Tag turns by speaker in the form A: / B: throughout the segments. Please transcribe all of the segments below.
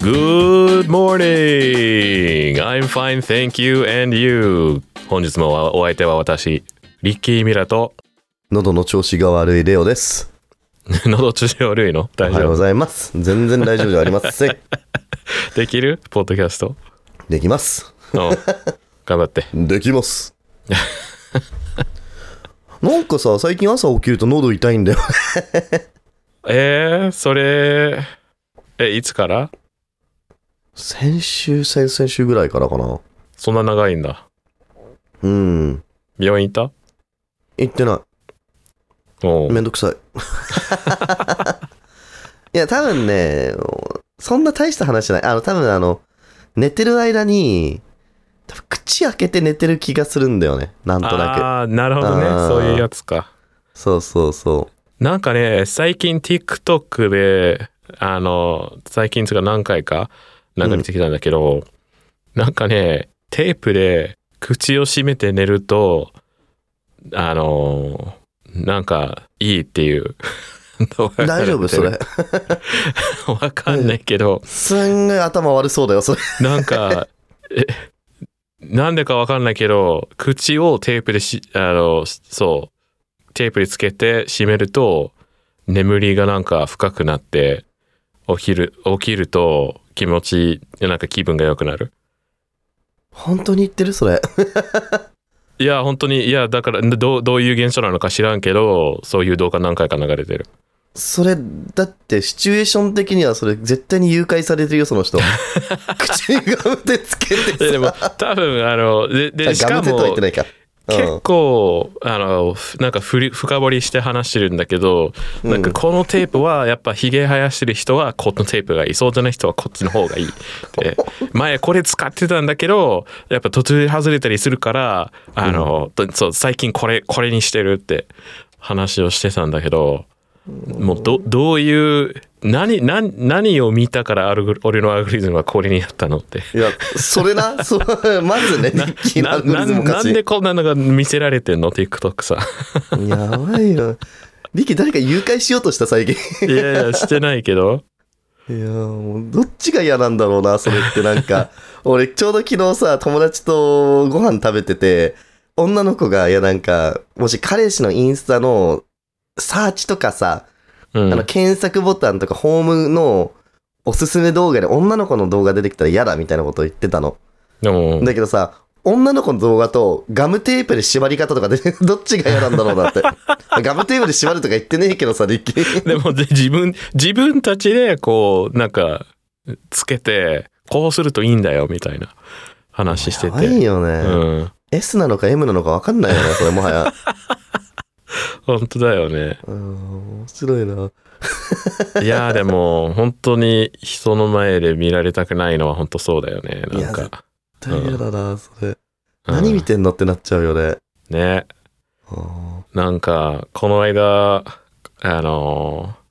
A: Good morning! I'm fine, thank you and you! 本日もお相手は私、リッキー・ミラと、
B: 喉の調子が悪いレオです。
A: 喉中症類の
B: お
A: 大
B: は
A: 丈
B: ようご
A: 夫
B: ざいます。全然大丈夫じゃありませ ん。
A: できるポッドキャスト。
B: できます。
A: うん頑張って。
B: できます。 なんかさ、最近朝起きると喉痛いんだよ。
A: えー、それ、え、いつから
B: 先週、先々週ぐらいからかな。
A: そんな長いんだ。
B: うん。
A: 病院行っ
B: 行ってな
A: たお
B: い。
A: う
B: めんどく さい。いや、多分ね、そんな大した話じゃない。あの、多分あの、寝てる間に、多分口開けて寝てる気がするんだよね。なんとな
A: ああ、なるほどね
B: あ。ー
A: そういうやつか。
B: く。そうそうそう。
A: なんかね、最近 TikTok で、あの、最近つうか何回か流れてきたんだけど、なんかね、テープで口を閉めて寝ると、あの、なんかいいって いう。
B: 大丈夫それ。。
A: わかんないけど、
B: すんごい頭悪そうだよ、それ。
A: なんか、え、なんでかわかんないけど、口をテープでし、あの、そう、テープでつけて閉めると、眠りがなんか深くなって、起きる、起きると気持ち、なんか気分が良くなる。
B: 本当に言ってるそれ。
A: いや、本当に、いや、だから、どう、どういう現象なのか知らんけど、そういう動画何回か流れてる。
B: それ、だって、シチュエーション的にはそれ、絶対に誘拐されてるよ、その 人。口にガムテつけて
A: いや
B: さ。
A: でも、多分、あの、で、で、し
B: ガ
A: か
B: ムテとは言
A: も
B: って、ないか。
A: 結構、あのふなんかふり深掘りして話してるんだけど、
B: うん
A: なんかこのテープはやっぱひげ生やしてる人はこのテープがいいそうじゃない人はこっちの方がいいって前これ使ってたんだけどやっぱ途中で外れたりするからあの、とそう最近これこれにしてるって話をしてたんだけどもうどどういう何何何を見たからアルゴ俺のアルゴリズムはこれになったのって。
B: うん。いや、それな、そう、まずね、リッキーの
A: な
B: アルゴ
A: な
B: リズムお
A: ん
B: か
A: な
B: し
A: ん
B: い。
A: でこんなのが見せられてんの TikTok さ
B: やばいよ。リッキー誰か誘拐しようとした、最近。
A: いやいや、してないけど。
B: いやーもうどっちが嫌なんだろうなそれってな んか俺ちょうど昨日さ友達とご飯食べてて女の子がいやなんかもし彼氏のインスタのサーチとかさ、
A: うん。
B: あの検索ボタンとかホームのおすすめ動画で女の子の動画出てきたら嫌だみたいなこと言ってたの、
A: でも、
B: だけどさ女の子の動画とガムテープで縛り方とかで どっちが嫌なんだろうなってガムテープで縛るとか言ってねえけどさリッキー
A: でも、で自分、自分たちで、こう、なんか、つけて、こうするといいんだよ、みたいな話 して
B: やばい
A: て。
B: よね、
A: うん。
B: S なのか M なのか分かんな いよねそれもはや
A: 本当だよね。
B: うん面白いな。
A: いやー、でも、 本当に人の前で見られたくないのは本当そうだよね。
B: い
A: な
B: や
A: んか。
B: 大変だな、それ。
A: うん
B: 何見てんのってなっちゃうよね。
A: ね。
B: あ
A: なんか、この間、あのー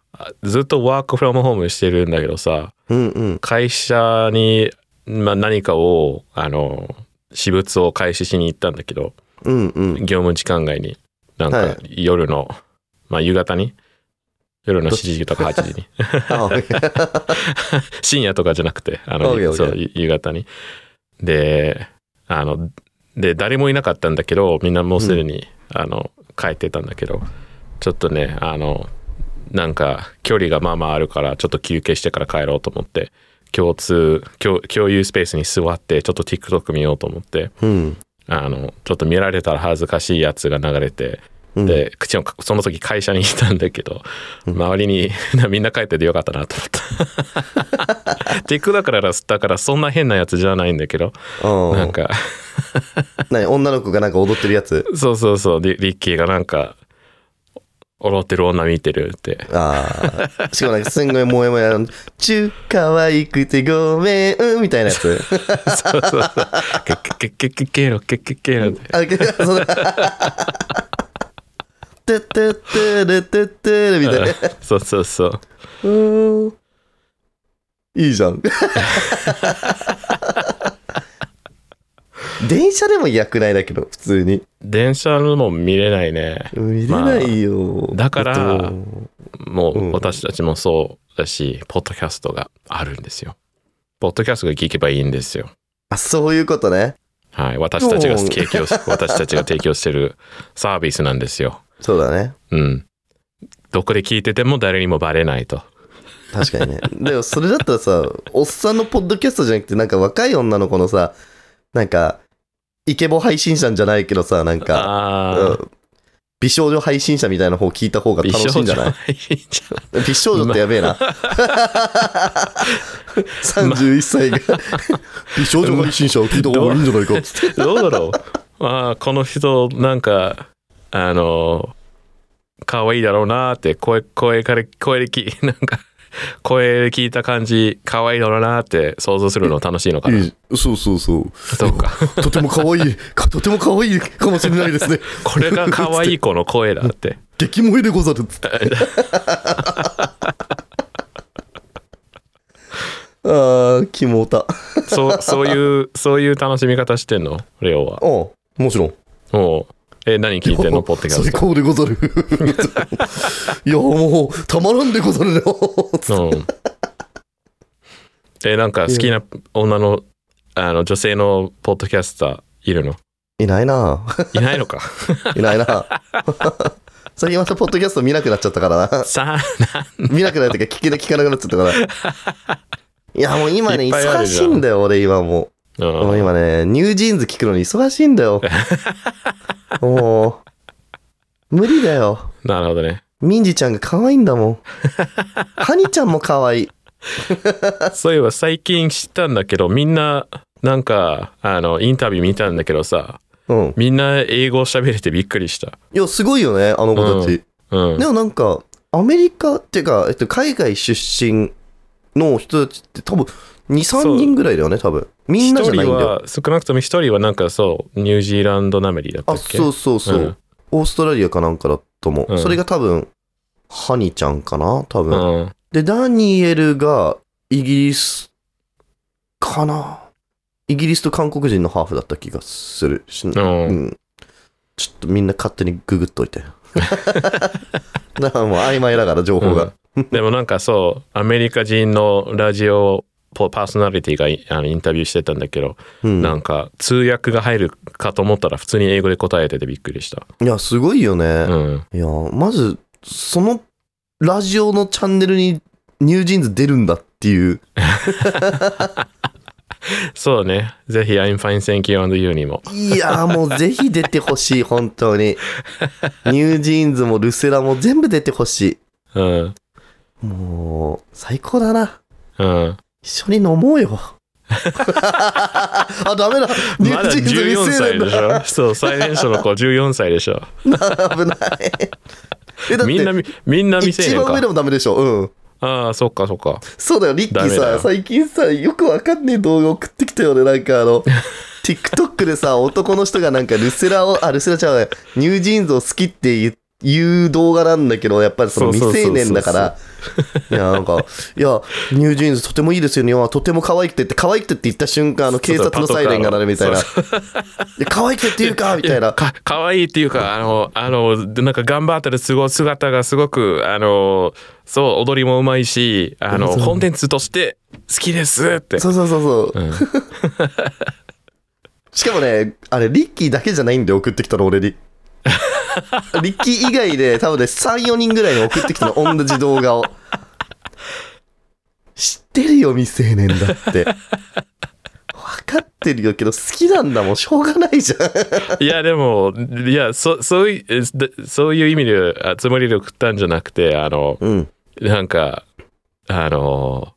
A: ずっとワークフロムホームしてるんだけどさ、
B: ーうんうん。
A: 会社に、まあ、何かをあの私物を開始しに行ったんだけど
B: うん うん。
A: 業務時間外になん
B: は
A: か夜の、まあ夕方に夜の7時とか8時に
B: あ
A: 深夜とかじゃなくてあ
B: オーケー
A: の
B: オーケー
A: そう夕方にであので誰もいなかったんだけどみんなもうすでに、あの帰ってたんだけどちょっとねあのなんか距離がまあまああるからちょっと休憩してから帰ろうと思って共通共共有スペースに座ってちょっと TikTok 見ようと思って
B: うん。
A: あのちょっと見られたら恥ずかしいやつが流れて
B: うん
A: で口をその時会社にいたんだけど周りに みんな帰っててよかったなと思った TikTok だからだからそんな変なやつじゃないんだけど
B: うん
A: なんか
B: 何女の子がなんか踊ってるやつ。
A: そうそうそうリリッキーがなんか踊ってる女見てる って
B: あ あ。しかもなんかすんごい萌え萌えの、ちゅ、可愛くてごめん、みたいなやつ。
A: そうそうそう。けけけけけろけけけろって。
B: あ、けそ の、てってってれてってれみたいな。
A: そうそうそう。
B: うーんいいじゃん。 電車でも嫌くないだけど、普通に。
A: 電車のも見れないね。
B: 見れないよ。
A: あだから
B: だと
A: も
B: う
A: うん私たちもそうだし、ポッドキャストがあるんですよ。ポッドキャストが聞けばいいんですよ。
B: あ、そういうことね。
A: はい。私たちが提供し、私たちが提供してるサービスなんですよ。
B: そうだね。
A: うん。どこで聞いてても誰にもバレないと。
B: 確かにね。 でもそれだったらさ、おっさんのポッドキャストじゃなくて、なんか若い女の子のさ、なんか、イケボ配信者じゃないけどさ、なんか、
A: あ
B: う
A: ー
B: ん美少女配信者みたいな方聞いた方が楽しいんじゃない
A: 美少女いいんじゃない
B: 美少女ってやべえな。31歳が、美少女配信者を聞いた方がいいんじゃないかっつって。
A: どうだろうまあこの人なんかあの可愛いだろうなーって声声から声でき なんか声で聞いた感じ可愛いだろうなーって想像するの楽しいのかな。
B: いいそうそうそう。
A: どうか
B: とても可愛い、かとても可愛いかもしれないですね。
A: これが可愛い子の声だ って。
B: 激萌えでござるっつって。あー、キモタ。
A: そうそういうそういう楽しみ方してんのレオは。
B: おもちろん。
A: もうえ何聞いてんのポッドキャス
B: 最高でござる。いや、もう、たまらんでござるよ。つっ
A: ト。うん。えなんか好きな女のあの女性のポッドキャスターいるの
B: ていないな。
A: いないのか
B: いない な。最近またポッドキャスト見なくなっちゃったから な。
A: さあ
B: 見なくなったか聞けで聞かなくなっちゃったから。いや、もう今ね、
A: いっぱいあ
B: 忙
A: る
B: し
A: じゃん
B: いんだよ、俺今もう。
A: うん
B: もう今ね、ニュージーンズ聞くのに忙しいん だよ。もう、無理だよ。
A: なるほどね。
B: ミンジちゃんが可愛いんだもん。ハニちゃんも可愛い。
A: そういえば最近知ったんだけど、みんな、なんか、あの、インタビュー見たんだけどさ、
B: うん。
A: みんな英語喋れてびっくりした。
B: いや、すごいよね、あの子たち。
A: うん
B: で。もなんか、アメリカっていうか、えっと、海外出身の人たちって多分、2、
A: そう
B: 3人ぐらいだよね、多分。みん
A: 一
B: なじゃないん
A: 人
B: だよ。
A: は、少なくとも一人はなんかそう、ニュージーランドなめりだった
B: あ、
A: っけ
B: そうそうそう。
A: うん
B: オーストラリアかなんかだと思う。
A: うん
B: それが多分、ハニちゃんかな多分。
A: うん。
B: で、ダニエルがイギリスかなイギリスと韓国人のハーフだった気がするし、
A: う。
B: うんちょっとみんな勝手にググっといて。 だからもう曖昧だから情報が。
A: うんでもなんかそう、アメリカ人のラジオポパーソナリティがいあのインタビューしてたんだけど、
B: うん
A: なんか通訳が入るかと思ったら普通に英語で答えててびっくりした。
B: いや、すごいよね。
A: うん。
B: いや、まず、そのラジオのチャンネルにニュージーンズ出るんだっていう。
A: そうね。ぜひ、I'm fine, thank you and you にも。
B: いやーもうぜひ出てほしい、本 当に。ニュージーンズもルセラも全部出てほし
A: うん。
B: い。もう、最高だな。
A: うん。
B: 一緒に飲も うよ。あ、ダメだ。ニュ
A: ま
B: ー
A: だ
B: ジーンズ
A: 14
B: 未成
A: 歳
B: 年
A: でし
B: だ。
A: ょそう、最年少の子14歳でしょ
B: 危ない。え、だって、
A: みんな、みんな未成
B: 一
A: 年
B: 番上で
A: か。
B: もダメでしょ。うん。
A: ああ、そっかそっか。
B: そうだよ、リッキ
A: ダ
B: ー
A: メだよ
B: さ、最近さ、よくわかんねえ動画送ってきたよね。なんか あの、TikTok でさ、男の人がなんかルセラを、あ、ルセラちゃうわニュージーンズを好きって言う言う動画なんだけど、やっぱりその
A: そうそ
B: 未
A: うそう
B: 成
A: そう
B: 年だ から、いや、なんか、いや、ニュージーンズとてもいいですよね。いやとても可愛くてって、可愛くてって言った瞬間、あの、警察のサイレンが鳴るみたいな。い
A: そう
B: や可愛くてっていうか、みたいな。
A: か、かわいいっていうか、あの、あの、なんか頑張ってるすごい姿がすごく、あの、そう、踊りもうまいし、あの、
B: そう
A: コンテンツとして好きですって。
B: そうそうそうそう。
A: うん、
B: しかもね、あれ、リッキーだけじゃないんで送ってきたの、俺 に。リッキー以外で、多分ね、3、4人ぐらいに送ってきたの、同じ動画を。知ってるよ、未成年だって。分かってるよけど、好きなんだもん、しょうがないじゃん。
A: いや、でも、いや、そ、そういうえ、でそういう意味で、あつもりで送ったんじゃなくて、あの、
B: うん。
A: なんか、あの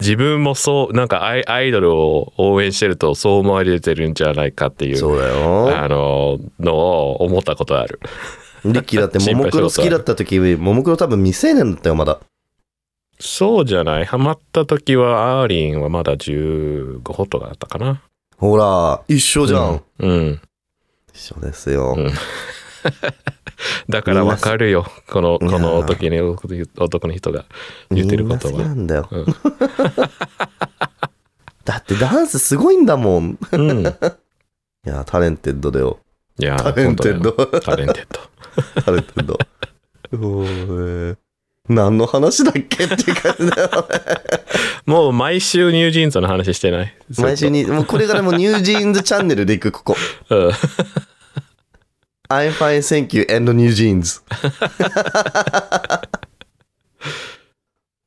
A: 自分もそう、なんかアイアイドルを応援してるとそう思われてるんじゃないかっていう、
B: そうだよ。
A: あののを思ったことある。
B: リッキーだって、
A: 心
B: も
A: 配
B: も
A: し
B: ク
A: ろ
B: ロ好きだった時、ももクロ多分未成年だったよ、まだ。
A: そうじゃないハマった時は、アーリンはまだ15とかだったかな。
B: ほら、一緒じゃん。
A: うん。うん。
B: 一緒ですよ。
A: うんだからわかるよ。この、この時に男の人が言ってること
B: みんな好きな
A: は。
B: んだよ。
A: うん
B: だってダンスすごいんだもん。
A: うん。い
B: いや、タレンテッドだよ。
A: や、
B: タレンテッド。
A: 本当だよ。タレンテッド。
B: タレンテッド。おー何の話だっけっていう感 じだよ。
A: もう毎週ニュージーンズの話してないずっと
B: 毎週に、もうこれからもうニュージーンズチャンネルで行く、ここ。
A: うん
B: I'm fine, thank you, and new jeans.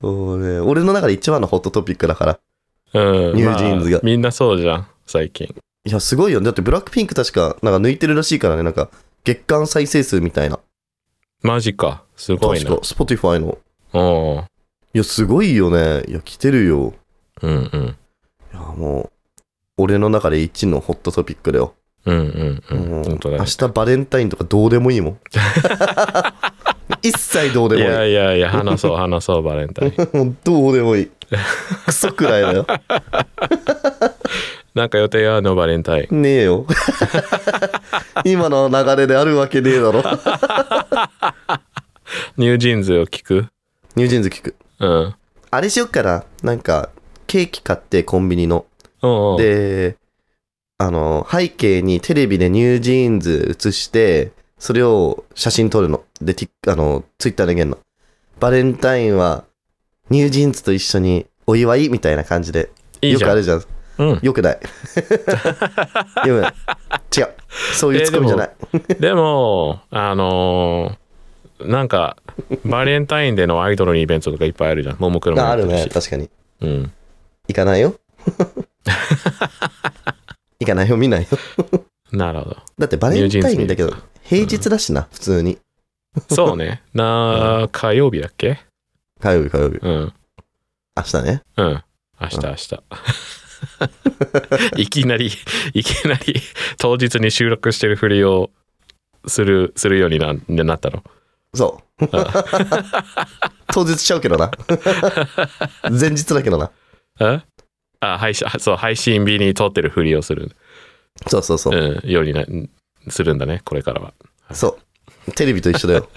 B: そうね、俺の中で一番のホットトピックだから。
A: うん
B: ニュージーンズ
A: ま
B: が
A: あみんなそうじゃん最近
B: いや、すごいよね。だってブラックピンク確か、なんか抜いてるらしいからね。なんか、月間再生数みたいな。
A: マジかすごい
B: 確
A: な
B: か、Spotify の。
A: おー
B: いや、すごいよね。いや、来てるよ。
A: うんうん
B: いや、もう、俺の中で一のホットトピックだよ。
A: うんうんう
B: も
A: ん
B: う
A: 本当だね
B: 明日バレンタインとかどうでもいい もん。一切どうで
A: い
B: もいい。
A: やいやいや話そう話そうバレンタイン
B: もうどうでもいい。クソくらい だよ。
A: なんか予定あるのバレンタイン
B: ねえよ。 今の流れであるわけね えだろ。
A: ニュージーンズを聞く
B: ニュージーンズ聞く。
A: うん
B: あれしよっかな。なんか、ケーキ買ってコンビニの。
A: おうおう
B: で、あの、背景にテレビでニュージーンズ映して、それを写真撮るの。で、ティッあの、ツイッターであげるの。バレンタインは、ニュージーンズと一緒にお祝いみたいな感じで。
A: いい
B: よ
A: じ
B: く
A: ゃ
B: あ
A: ん
B: るじゃん。
A: うん
B: よく ない。よくない。違う。そういうツッコミじゃない。
A: でもあのーなんかバレンタインデーのアイドルのイベントとかいっぱいあるじゃんももクロも
B: あ
A: や
B: あ
A: って
B: る
A: る
B: ね
A: し。
B: 確かに。
A: うん
B: 行かな いよ。行かないよ、見ないよ。
A: なるほど
B: だってバレンタインだけど、平日だしな、普通に。
A: そう ね。な、火曜日だっけ
B: 火曜日、火曜日。
A: うん。
B: 明日ね。
A: うん。明日、明 日。いきなり、いきなり、当日に収録してるふりをする、するようにななったの。
B: そう。当日しちゃうけどな。前日だけどな。
A: えあ、配信、あそう、配信日に撮ってるふりをする、
B: そうそうそう。
A: うん、ようにな、するんだね、これからは。
B: そう。テレビと一緒だよ。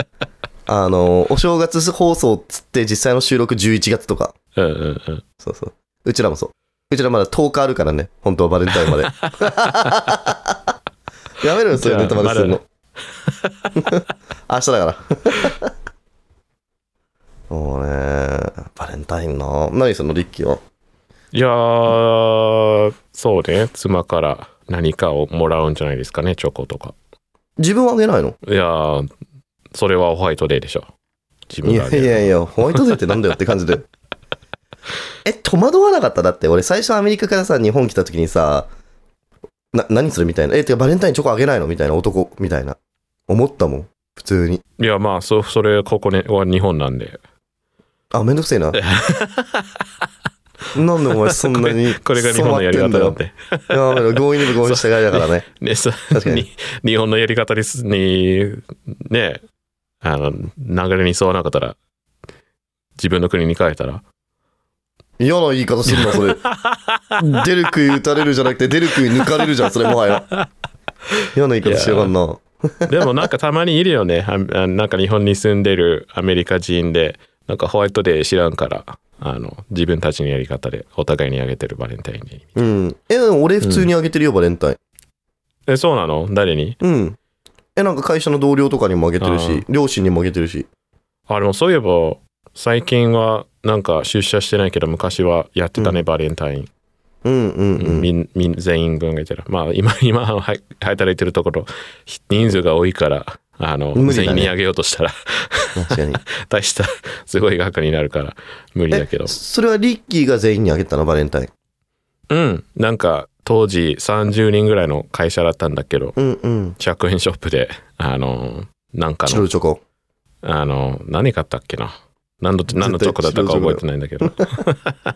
B: あの、お正月放送っつって実際の収録11月とか。
A: うんうんうん。
B: そうそう。うちらもそう。うちらまだ10日あるからね。本当はバレンタインまで。やめろよ、そういうネタまでするの。明日だから。 もうね、バレンタインな。何そのリッキーは。
A: いやー、そうね、妻から何かをもらうんじゃないですかね、チョコとか。
B: 自分はあげないの
A: いやー、それはホワイトデーでしょ。自
B: い
A: 分があ
B: や
A: げ
B: い
A: る
B: やいや、ホワイトデーってなんだよって感じで。え、戸惑わなかっただって、俺最初アメリカからさ、日本来た時にさ、な、何するみたいな。え、てかバレンタインチョコあげないのみたいな男、みたいな。思ったもん。普通に。
A: いや、まあ、そう、それ、ここね、は日本なんで。
B: あ、めんどくせえ な。なんでお前そんなに
A: これ が日本のやり方なんで。
B: 染まってんだよ。やめろ、強引に合意したがりだからね。
A: ね、そ
B: 確かに。
A: に、日本のやり方にす、に、ね、あの、流れに沿わなかったら、自分の国に帰ったら、
B: 嫌な言い方すんな、それ。出る杭打たれるじゃなくて、出る杭抜かれるじゃん、それもはや。嫌な言い方しやがんな。
A: でもなんかたまにいるよね。ああなんか日本に住んでるアメリカ人で、なんかホワイトデー知らんから、あの、自分たちのやり方でお互いにあげてるバレンタインに。
B: うん。え、でも俺普通にあげてるよ、バレンタイン。
A: え、そうなの誰に
B: うん。え、なんか会社の同僚とかにもあげてるし、両親にもあげてるし。
A: あ、でもそういえば、最近はなんか出社してないけど、昔はやってたね、バレンタイン。
B: うんうんうん。
A: みんみん全員分がいたらまあ今 今はい働いてるところひ人数が多いからあの、
B: 無理だね
A: 全員にあげようとしたら
B: 確かに。
A: 大した すごい額になるから無理だけど
B: えそれはリッキーが全員にあげたの、バレンタイン。
A: うんなんか当時30人ぐらいの会社だったんだけど
B: うんうん。
A: 100円ショップであのなんか
B: 白
A: の
B: いチョコ。
A: あの何買ったっけな何の何のチョコだったか覚えてないんだけど あ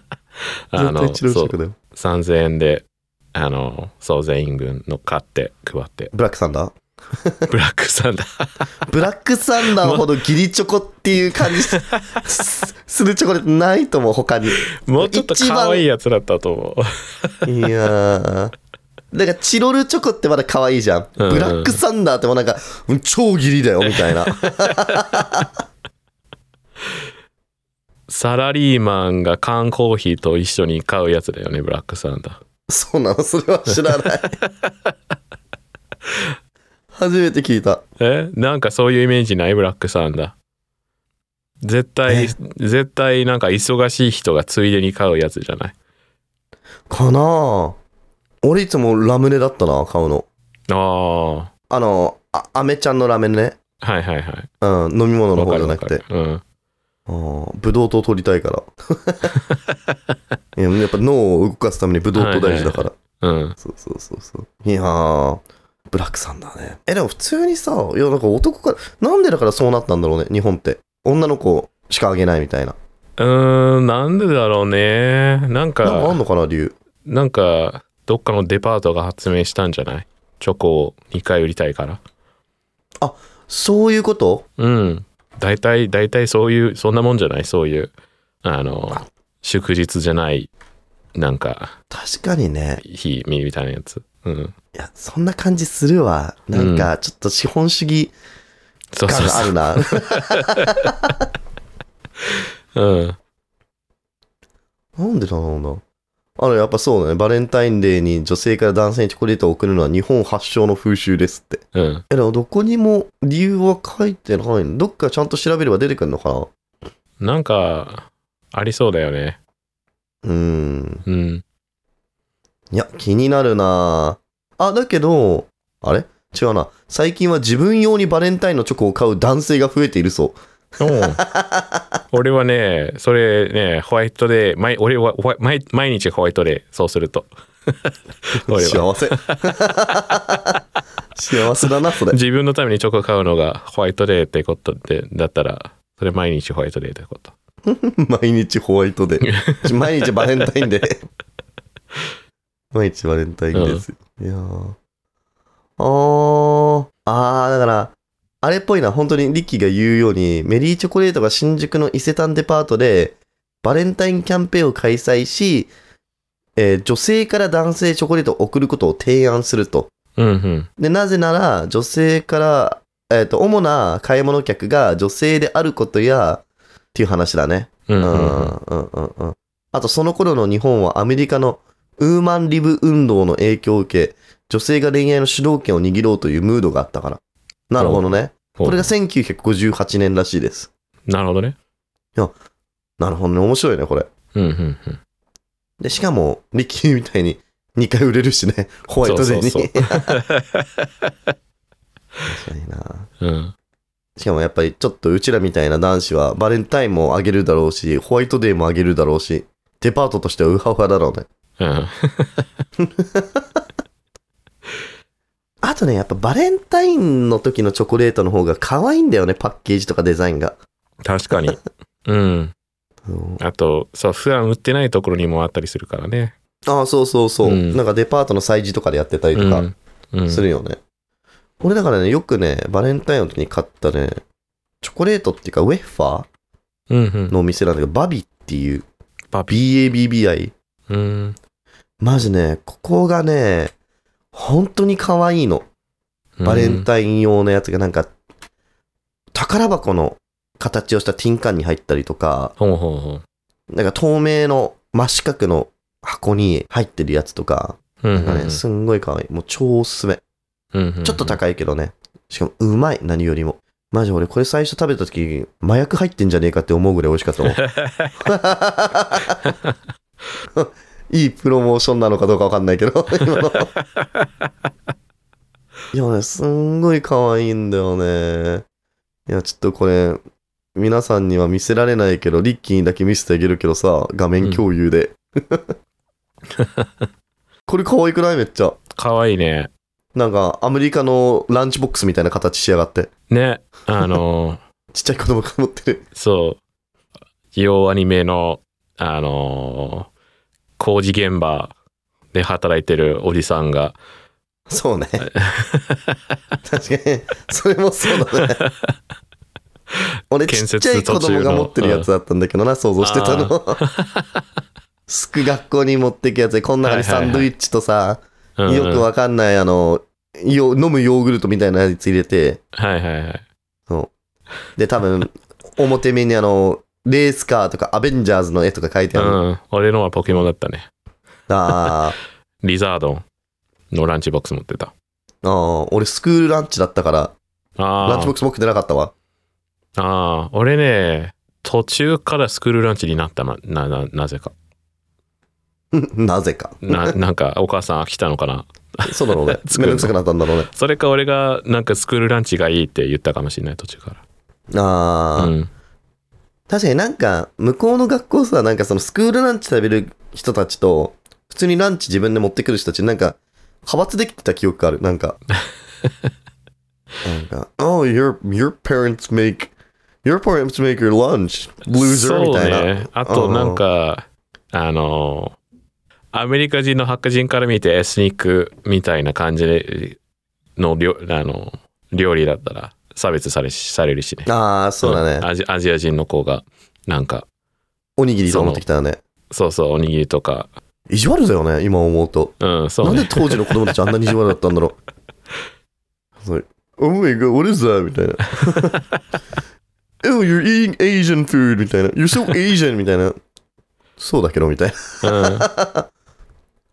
B: 絶
A: の
B: 対白いチ
A: そう
B: ョコだよ。
A: 3000円であのそう全員分の買って配って
B: ブラックサンダー
A: ブラックサンダー
B: ブラックサンダーほどギリチョコっていう 感じすするチョコレートないと思う他にい
A: もうちょっと可愛いやつだったと思う。
B: やーだからチロルチョコってまだ可愛いじゃん、
A: うん
B: ブラックサンダーってもうなんかうん超ギリだよみたいな
A: サラリーマンが缶コーヒーと一緒に買うやつだよね、ブラックサンダー。
B: そうなのそれは知らない初めて聞いた
A: えなんかそういうイメージないブラックサンダ絶対、
B: ね
A: 絶対なんか忙しい人がついでに買うやつじゃない
B: かなあ俺いつもラムネだったな、買うの。
A: ああは
B: あの、あ、アメちゃんのラムネね。
A: いはいはい
B: うん、飲み物の
A: わかる
B: 方じゃな
A: わ
B: く
A: か
B: て
A: る。うん
B: あーブドウ糖取りたいから いや。やっぱ脳を動かすためにブドウ糖大事だから。
A: うん
B: そうそうそうそう。いやー、ブラックさんだね。え、でも普通にさ、いや、なんか男から、なんでだからそうなったんだろうね、日本って。女の子しかあげないみたいな。
A: うーんなんでだろうねなん
B: なんかあ
A: か
B: んのかな、理由。
A: なんかどっかのデパートが発明したんじゃないチョコを2回売りたいから
B: そういうこと
A: うん大体大体そういうそんなもんじゃないそういうあの祝日じゃないなんか
B: 確かにね。
A: 日みたいなやつうん
B: いや、そんな感じするわ。なんか、ちょっと資本主義
A: そう
B: 感
A: そう
B: があ
A: そ
B: るな。
A: ううん
B: なんでだろうな。あの、やっぱそうだね。バレンタインデーに女性から男性にチョコレートを贈るのは日本発祥の風習ですって。
A: うん
B: え、でもどこにも理由は書いてないのどっかちゃんと調べれば出てくるのかな
A: なんかありそうだよね
B: うーん。
A: うん
B: いや、気になるなあ、だけど、あれ違うな。最近は自分用にバレンタインのチョコを買う男性が増えているそう。
A: おう 俺はねそれねホワイトで毎俺はホワイ毎毎日ホワイトでそうする と俺は
B: 幸せ。 幸せだ な、それ。
A: 自分のためにチョコ買うのがホワイトデーってことでだったらそれ毎日ホワイトデーってこと
B: 毎日ホワイトデー。毎日バレンタインデ ー。毎日バレンタインデーですよ。いやーあー。あー、だから、あれっぽいな、本当にリッキーが言うように、メリーチョコレートが新宿の伊勢丹デパートで、バレンタインキャンペーンを開催し、えー女性から男性へチョコレートを贈ることを提案すると。
A: うんうん
B: で、なぜなら、女性から、えっ、と、主な買い物客が女性であることや、っていう話だね。
A: うん
B: う
A: うんんうん
B: うんうんうんあとその頃の日本はアメリカのウーマンリブ運動の影響を受け、女性が恋愛の主導権を握ろうというムードがあったから。なるほどね。これが1958年らしいです。
A: なるほどね
B: なるほどね。面白いね、これ。
A: うんうんうん
B: で、しかも、リッキーみたいに2回売れるしね。ホワイトデーに。
A: そうそう
B: 確かにな。
A: うん
B: しかもやっぱりちょっとうちらみたいな男子はバレンタインもあげるだろうし、ホワイトデーもあげるだろうし、デパートとしてはウハウハだろうね。
A: うん
B: あとね、やっぱバレンタインの時のチョコレートの方が可愛いんだよね、パッケージとかデザインが。
A: 確か にうん
B: うん
A: あとそう普段売ってないところにもあったりするからね
B: ああ、そうそうそう、
A: うん
B: なんかデパートの催事とかでやってたり
A: う
B: とか
A: んうん
B: するよね。俺だからね、よくね、バレンタインの時に買ったね、チョコレートっていうか、ウェッファ
A: うんうん
B: ーのお店なんだけど、バビっていう、
A: バ
B: BABBI。
A: うん
B: マジね、ここがね、本当に可愛いの。バレンタイン用のやつがなんか、宝箱の形をしたティンカンに入ったりとか、
A: ほうほうほ
B: なんか透明の真四角の箱に入ってるやつとか、
A: ううん
B: な
A: うん
B: んかね、すんごい可愛い。もう超おすすめ。
A: うんうんうん
B: ちょっと高いけどね。しかもうまい、何よりも。マジ俺これ最初食べた時、麻薬入ってんじゃねえかって思うぐらい美味しかったもん。 いいプロモーションなのかどうかわかんないけど、 今の。いやね、すんごい可愛いんだよね。いや、ちょっとこれ、皆さんには見せられないけど、リッキーにだけ見せてあげるけどさ、画面共有で。 これ可愛くないめっちゃ。
A: かわいいね
B: なんか、アメリカのランチボックスみたいな形しやがって。
A: ねあ のー
B: ちっちゃい子供が持ってる。
A: そう、洋アニメの、あのー工事現場で働いてるおじさんが、
B: そうね。確かに。それもそうだね。俺、ち
A: 建
B: っちゃい
A: 設
B: 子
A: 途中の
B: 供が持ってるやつだったんだけどな、想像してたの。すく学校に持ってくやつで、この中
A: はい
B: に
A: は
B: サ
A: いはい
B: ンドイッチとさ、
A: うんうん
B: よくわかんない、あの、よ飲むヨーグルトみたいなやつ入れて、
A: はいはいはい。
B: で、多分、表面にあの、レースカーとかアベンジャーズの絵とか書いて
A: う
B: ある。
A: ん、俺のはポケモンだったね。
B: あー
A: リザードンのランチボックス持ってた。
B: あー、俺スクールランチだったから、ラ
A: あ
B: ンチボックス持ってなかったわ。
A: あ、ああ、俺ね、途中からスクールランチになったまなななぜか
B: なぜか。
A: ななんかお母さん飽きたのかな。
B: そうだろうね
A: 作
B: めん
A: るの
B: どくさくなったんだろうね。
A: それか俺がなんかスクールランチがいいって言ったかもしれない途中か
B: あ
A: ら
B: あ、
A: うん
B: 確かになんか、向こうの学校さ、なんかそのスクールランチ食べる人たちと、普通にランチ自分で持ってくる人たち、なんか、派閥できてた記憶がある。な んか。なんか、Oh, your, your parents make, your parents make your lunch, loser みたい
A: そう
B: な。
A: ねあとなんかあのアメリカ人の白人から見てエスニックみたいな感じでの料あの料理だったら差別されされるしね
B: ああ、そうだね。
A: んアジアジア人の子がなんか
B: おにぎりとか持ってきたらね。
A: そうそうおにぎりとか
B: 意地悪だよね、今思うと。
A: うんそう
B: なん
A: ね
B: で当時の子供たちあんなに意地悪だったんだろう。そう。Oh my god, what is that? みたいな。oh, you're eating Asian food! みたいな。You're so Asian! みたいな。そうだけど、みたいな。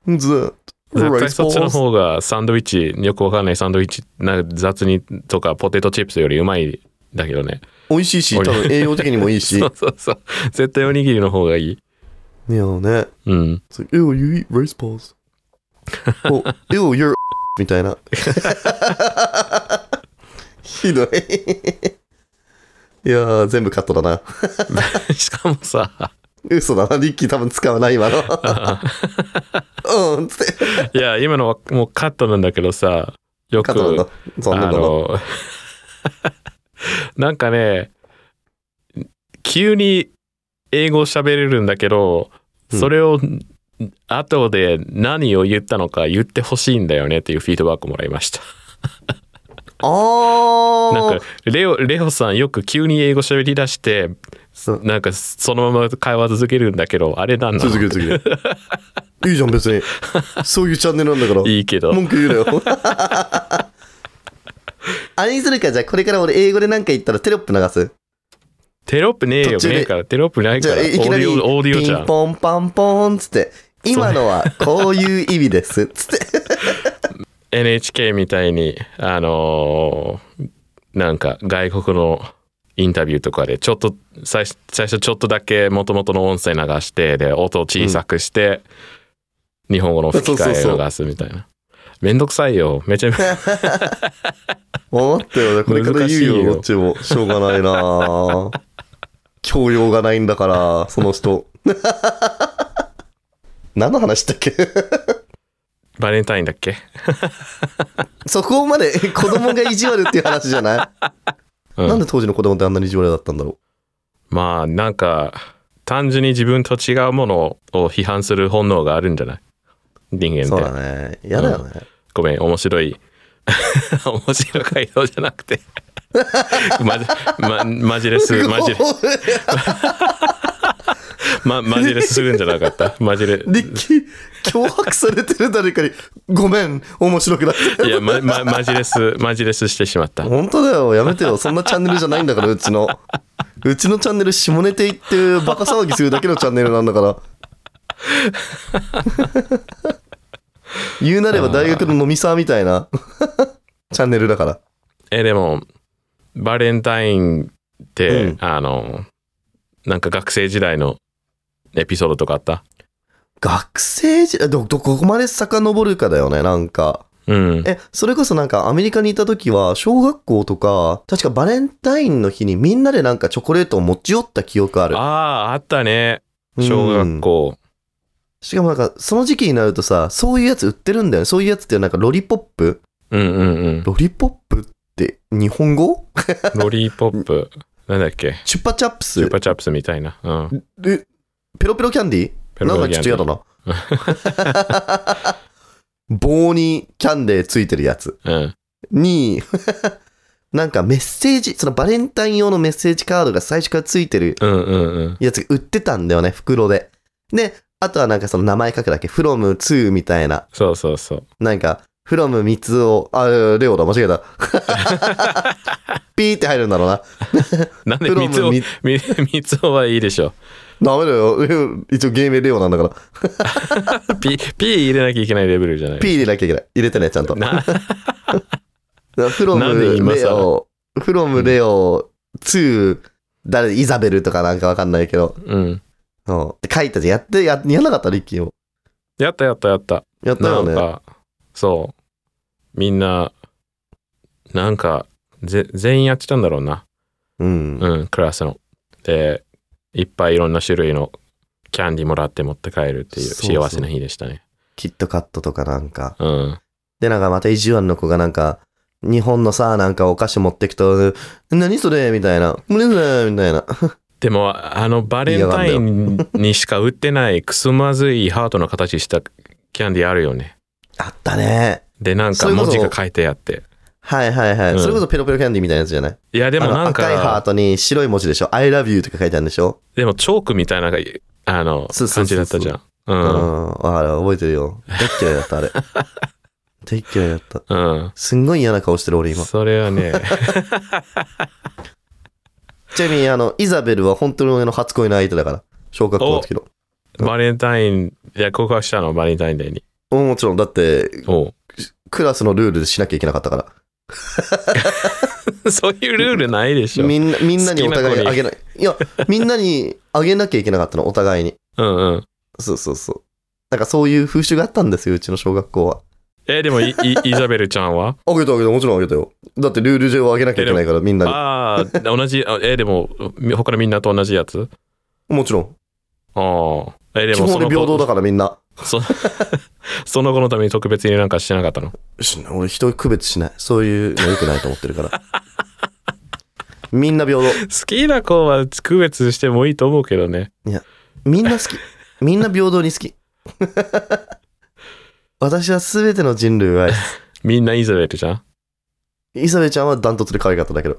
A: うん
B: What's that?
A: 絶対
B: Rice
A: そっちの
B: balls?
A: 方がサンドイッチよくわかんないサンドイッチなんか雑にとかポテトチップスよりうまいんだけどね
B: 美味しいし、多分栄養的にもいいし。い
A: そうそうそう絶対おにぎりの方がいい
B: やね。
A: うん
B: It's like, ew, you eat rice balls. well, ew, you're みたいな。ひどい。いやー、全部カットだな。
A: しかもさ
B: 嘘だな、リッキー多分使わない今の。うん、つっ て。
A: いや今のはもうカットなんだけどさよく
B: カットなんだ。残念
A: あ
B: だな。
A: の なんかね急に英語喋れるんだけど
B: うん
A: それを後で何を言ったのか言ってほしいんだよねっていうフィードバックもらいましたな
B: あ
A: んかレオレオさんよく急に英語喋り出して
B: ー。
A: なんかそのまま会話続けるんだけどあれなんな
B: 続
A: の
B: ける続ける。 いいじゃん、別に。そういうチャンネルなんだから。
A: いいけど
B: 文句言うなよ。 あれにするか、じゃあこれから俺英語で何か言ったらテロップ流す。
A: テロップねえよ
B: 途中で
A: ねえからテロップない
B: じ
A: か
B: ゃあ
A: らオ
B: いきな
A: ー
B: り
A: ディオオーディオ
B: ピ
A: じゃ
B: ン
A: ん
B: ポンパンポーンつって、今のはこういう意味です。つって。
A: NHK みたいにあのーなんか外国のインタビューとかでちょっと最初最初ちょっとだけ元々の音声流してで音を小さくして、日本語の吹き替えを流すみたいなめんどくさいよめちゃめちゃ
B: 待ってよ、これから言う
A: 難しい
B: よ、
A: よ
B: こっちも。しょうがないな教養がないんだから、その 人。何の話だっけ
A: バレンタインだっけ
B: そこまで 子供が意地悪っていう話じゃ ない、
A: うん
B: なんで当時の子供ってあんなに意地悪だったんだろ
A: まあなんか単純に自分と違うものを批判する本能があるんじゃない人
B: う
A: 間
B: そう
A: って
B: だね。嫌だよね。
A: ごめん面白い 面白い回答じゃなくて マジ、ま、マジレスマジレ、 ま、マジレスするんじゃなかったマジレ
B: リッキー、脅迫されてる誰かに、ごめん、面白くなって。
A: いや、まま、マジレスマジレスしてしまった
B: 本当だよ、やめてよ。そんなチャンネルじゃないんだから、うちの。うちのチャンネル、下ネテ行って、バカ騒ぎするだけのチャンネルなんだから。 言うなれば大学の飲みサーみたいなチャンネルだから。
A: えでもバレンタインって、
B: うん
A: あのなんか学生時代のエピソードとかあった
B: 学生時代、ど、どこまで遡るかだよね、なんか。
A: うん
B: え、それこそなんかアメリカにいた時は、小学校とか、確かバレンタインの日にみんなでなんかチョコレートを持ち寄った記憶ある。
A: ああーあったね
B: うん
A: 小学校、
B: しかもなんか、その時期になるとさ、そういうやつ売ってるんだよね。そういうやつってなんかロリポップ
A: うん、うんうん
B: ロリポップって日本語
A: ロリーポップなんだっけ
B: チュッパチャップ
A: ス
B: ス
A: ーパーチャップスみたいな、うん、
B: えペロペロキャンディ
A: ペ
B: な
A: ロペ
B: ん
A: ロ
B: か
A: ギ
B: ち
A: ャ
B: ょ
A: ン
B: っ
A: デ
B: と
A: ィ
B: 嫌だな。 棒にキャンデーついてるやつ
A: うん
B: に、 なんかメッセージ、そのバレンタイン用のメッセージカードが最初からついてる
A: うんうんうん
B: やつが売ってたんだよね、袋で。で、あとはなんかその名前書くだけ、from to みたいな。
A: そうそうそう
B: なんか、from 三つを、あ、レオだ、間違えた。 ピーって入るんだろうな。
A: なんで三
B: from
A: つを
B: 三
A: み三つおはいいでしょ
B: ダメだよ。 レオ一応芸名レオなんだから。
A: ピ P 入れなきゃいけないレベルじゃない
B: ピー入れなきゃいけない。入れてね、ちゃんと。だか
A: な
B: ら
A: なんで
B: from
A: 今更
B: レオ、from レオ、2、誰、イザベルとかなんかわかんないけど。
A: うん。
B: うん。で書いたじゃん。やって、や、やんなかったリッキーも。
A: やったやったやった。
B: やった
A: な
B: よ
A: ん
B: ね。
A: か、そう。みんな、なんか、ぜ全員やってたんだろうな。
B: うん。
A: うん、クラスの。で、いっぱいいろんな種類のキャンディもらって持って帰るっていう
B: そうそう
A: 幸せな日でしたね。
B: キットカットとかなんか。
A: うん。
B: で、なんかまた意地悪の子がなんか、日本のさ、なんかお菓子持ってくと、何それみたいな。無理だよみたいな。
A: でも、あの、バレンタインにしか売ってないくすまずいハートの形したキャンディあるよね。
B: あったね。
A: で、なん
B: そ
A: か
B: ういうこ
A: 文
B: と
A: 字が書いてあって。
B: はいはいはい。
A: うん
B: それこそペロペロキャンディーみたいなやつじゃない
A: いや、でも
B: あの
A: なん
B: 赤いハー
A: か、
B: トに白い文字でしょ I love you とか書いてあるんでしょ
A: でもチョークみたいな、あの、
B: そうそ
A: 感
B: う
A: じ
B: そうそう
A: だったじゃん。う。
B: うんん。わかる。覚えてるよ。大っ嫌いだった、あれ。 大っ嫌いだった。
A: うん。
B: すんごい嫌な顔してる俺今。
A: それは ね、
B: ちなみに、あの、イザベルは本当に俺の初恋の相手だから。小学校の時の。
A: バレンタイン、いや、告白したの、バレンタインデーに。
B: うんもちろん、だって、
A: お
B: クラスのルールでしなきゃいけなかったから。
A: う そういうルールないでしょ。うん
B: みんな、みんなに
A: 好き
B: お
A: な子に
B: 互いにあげない。いや、みんなにあげなきゃいけなかったの、お互いに。
A: うん。
B: そうそうそう。なんかそういう風習があったんですよ、うちの小学校は。
A: え、でも い、いイザベルちゃんは
B: あげたあげた、もちろんあげたよ。だってルール上はあげなきゃいけないから、みんなに。
A: ああ、同じ、あえ、でも、み他のみんなと同じやつ
B: もちろん。
A: ああ。え、で
B: 基
A: も
B: 本
A: そ
B: で
A: の
B: 平
A: 子、
B: 等だからみんな。
A: そその子のために特別になんかしてなかったの
B: しない俺人を区別しない。そういうの良くないと思ってるから。 みんな平等。
A: 好きな子は区別してもいいと思うけどね。
B: みんな好き。みんな平等に好き。 私は全ての人類を愛す。
A: みんなイザベルじゃん
B: 磯部ちゃんはダントツで可愛かっただけど。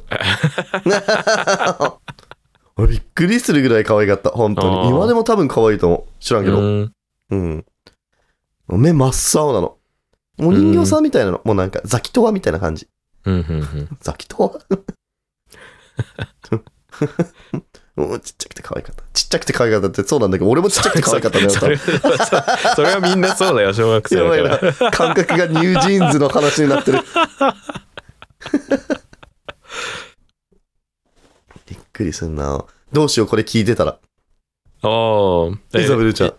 B: 俺びっくりするぐらい可愛かった。本当
A: あー
B: に。今でも多分可愛いと思う。知らんけ
A: う
B: ど。
A: ん。
B: うん。目真っ青なの。お人形さんみたいなの。もうなんか、ザキトワみたいな感じ。
A: うん、うん、うん。
B: ザキトワ もうちっちゃくて可愛かった。ちっちゃくて可愛かったってそうなんだけど、俺もちっちゃくて可愛かったんだ よ。
A: それそれそ れはみんなそうだよ、小学生
B: やばい
A: だ
B: な
A: から。。
B: 感覚がニュージーンズの話に なってる。びっくりすんな。どうしよう、これ聞いてたら。
A: ああ。
B: イザベルちゃ
A: ん。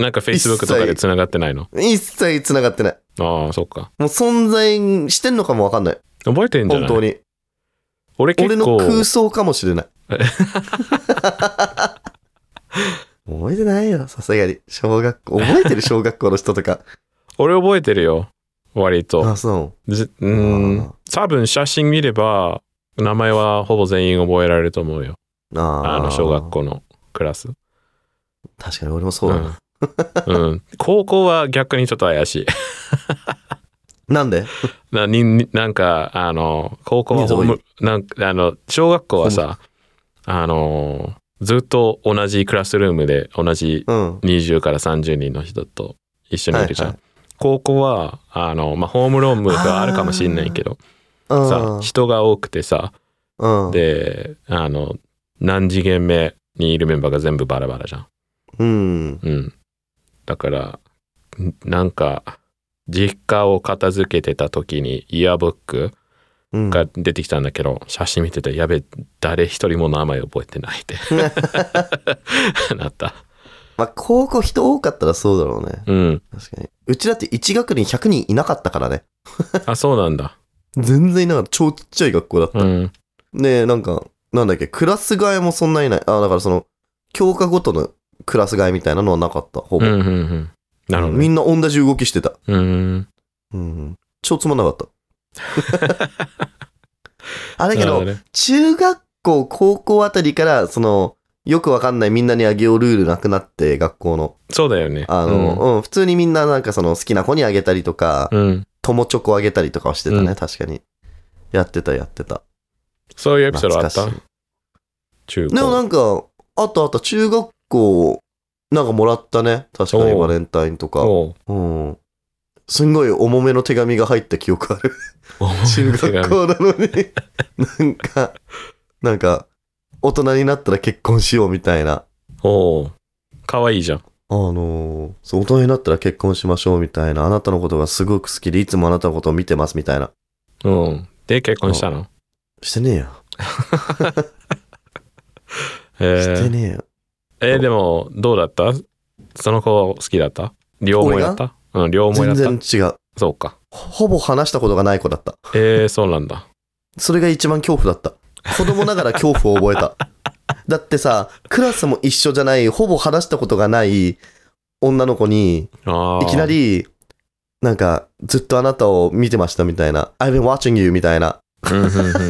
A: なんか Facebook とかで繋がってないの
B: ん。一切繋がってない。
A: ああ、そっか。
B: もう存在してんのかもわかんない。
A: 覚えてんじゃ
B: 本
A: ない
B: 当に。
A: 俺結構
B: 俺の空想かもしれない。 覚えてないよ、さすがに。小学校、覚え てる小学校の人とか。
A: 俺覚えてるよ割と
B: あ、そう。
A: ずうー
B: あ
A: ん多分写真見れば名前はほぼ全員覚えられると思うよ
B: あー
A: あの小学。校のクラス
B: 確かに俺もそうだな。
A: うん、うん高校は逆にちょっと怪しい
B: なんで
A: なにになんかあの高校はホームなんかあの小学校はさあのずっと同じクラスルームで同じ
B: うん。
A: 20から30人の人と一緒にいるじゃん、
B: はい
A: 高校はあの、まあ、ホームロームがあるかもしれないけど
B: うん
A: さ人が多くてさ
B: うん。
A: であの何次元目にいるメンバーが全部バラバラじゃん
B: うん。
A: うんだからんなんか実家を片付けてた時にイヤーブック
B: うん。
A: が出てきたんだけど、写真見ててやべ誰一人も名前覚えてないって なった
B: まあ、高校人多かったらそうだろうね。
A: うん
B: 確かに。うちだって1学年100人いなかったからね。
A: あそうなんだ
B: 全然いなかった。超ちっちゃい学校だった。
A: うん
B: で、なんか、なんだっけ、クラス替えもそんないない。あ、だからその、教科ごとのクラス替えみたいなのはなかった、ほ
A: うんう
B: ぼ。
A: んうんなるほど
B: み
A: ね
B: んな同じ動きしてた。
A: うん
B: うん。超つまんなかった。 あれ
A: な
B: け
A: るほ
B: ど、
A: どね
B: 中学校、高校あたりから、その、よくわかんないみんなにあげようルールなくなって、学校の。
A: そうだよね
B: あの、うん、普通にみんななんかその好きな子にあげたりとか、
A: うんうん
B: 友チョコあげたりとかはしてたね、
A: うん
B: 確かに。やってた、やってた。
A: そういうエピソー
B: 懐
A: ドあ
B: か
A: っ
B: しい
A: た。中
B: でもな
A: 高
B: んか、あとあと中学校、なんかもらったね。確かに
A: おう
B: バレンタインとか。
A: おう
B: うん。すんごい重めの手紙が入った記憶あ る。中
A: 中
B: 学校なのに。なんか、なんか、大人になったら結婚しようみたいな。
A: おおかわいいじゃん。
B: あのーそう、大人になったら結婚しましょうみたいな。あなたのことがすごく好きで、いつもあなたのことを見てますみたいな。
A: うん。で、結婚したの
B: してねえよ。
A: え
B: して
A: ー
B: ねえよ。
A: えーでもどうだったその子好きだった両思いだったうん両思いだ
B: 全
A: っ
B: 然
A: た
B: 違う。
A: そうか
B: ほぼ話したことがない子だった。
A: えー、そうなんだ
B: それが一番恐怖だった。子供ながら恐怖を覚 えた。だってさ、クラスも一緒じゃない、ほぼ話したことがない女の子に、
A: あー
B: いきなり、なんか、ずっとあなたを見てましたみたいな。I've been watching you みたいな。
A: うんうんうん うん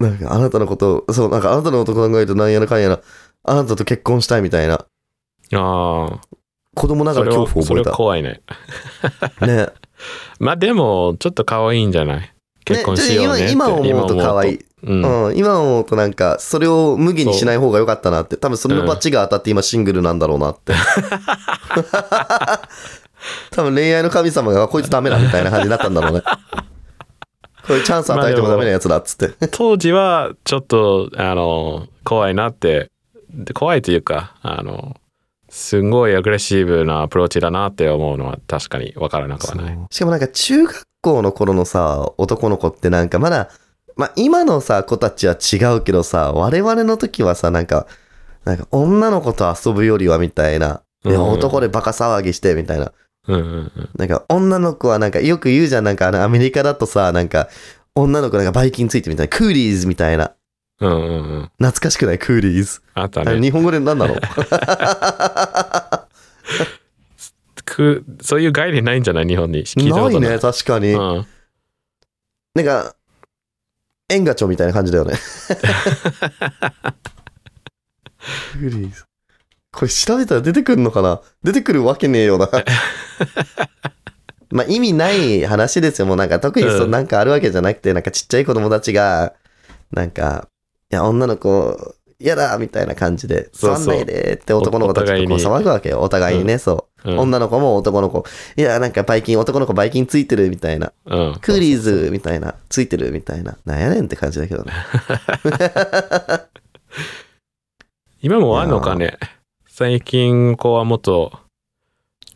B: なんか、あなたのことを、そう、なんか、あなたのこと考えるとなんやらかんやら、あなたと結婚したいみたいな。
A: あ
B: 子供
A: あ
B: なが
A: そ
B: ら
A: れは
B: 恐怖を
A: それ
B: 覚え
A: は怖いね
B: た。ね。
A: まあでもちょっと可愛いんじゃない結婚しようねっ
B: ね
A: て
B: 今今思うと可愛い。
A: うん
B: うん、今思うとなんか、それを無限にしない方が良かったなって、多分それのバチが当たって今シングルなんだろうなって。多分恋愛の神様が、こいつダメだみたいな感じになったんだろうね。これチャンス与えてもダメなやつだっつって。
A: 当時はちょっとあの怖いなってで怖いというかあのすんごいアグレッシブなアプローチだなって思うのは確かに分からなくはない。
B: しかもなんか中学校の頃のさ、男の子ってなんかまだ、まあ今のさ、子たちは違うけどさ、我々の時はさ、なんか、なんか女の子と遊ぶよりはみたいな。いや
A: うん
B: 男でバカ騒ぎしてみたいな。
A: うんうんうん
B: なんか女の子はなんかよく言うじゃん、なんかあのアメリカだとさ、なんか女の子なんかバイキンついてみたいな、クーリーズみたいな。
A: うんうんうん
B: 懐かしくないクーリーズ。
A: あった
B: あれ
A: ね
B: 日本語で何な の
A: くそういう概念ないんじゃない日本に聞いた
B: な
A: こと
B: い
A: ない
B: ね、確かに。
A: うん、
B: なんか、エンガチョみたいな感じだよね。クーリーズ。これ調べたら出てくるのかな出てくるわけねえ よな。まあ意味ない話ですよ。もうなんか特にそう
A: うん
B: なんかあるわけじゃなくて、なんかちっちゃい子供たちが、なんか、いや、女の子、嫌だみたいな感じで、
A: そう
B: 触
A: そうん
B: ないでって男の子たちとこう
A: おお互い
B: 騒ぐわけよ。お互いにね、そう、
A: うん
B: 女の子も男の子。いや、なんかバイキン、男の子バイキンついてるみたいな。
A: うん、
B: クーリーズみたいな、ついてるみたいな、なんやねんって感じだけどね。
A: 今もあんのかね最近子はもっと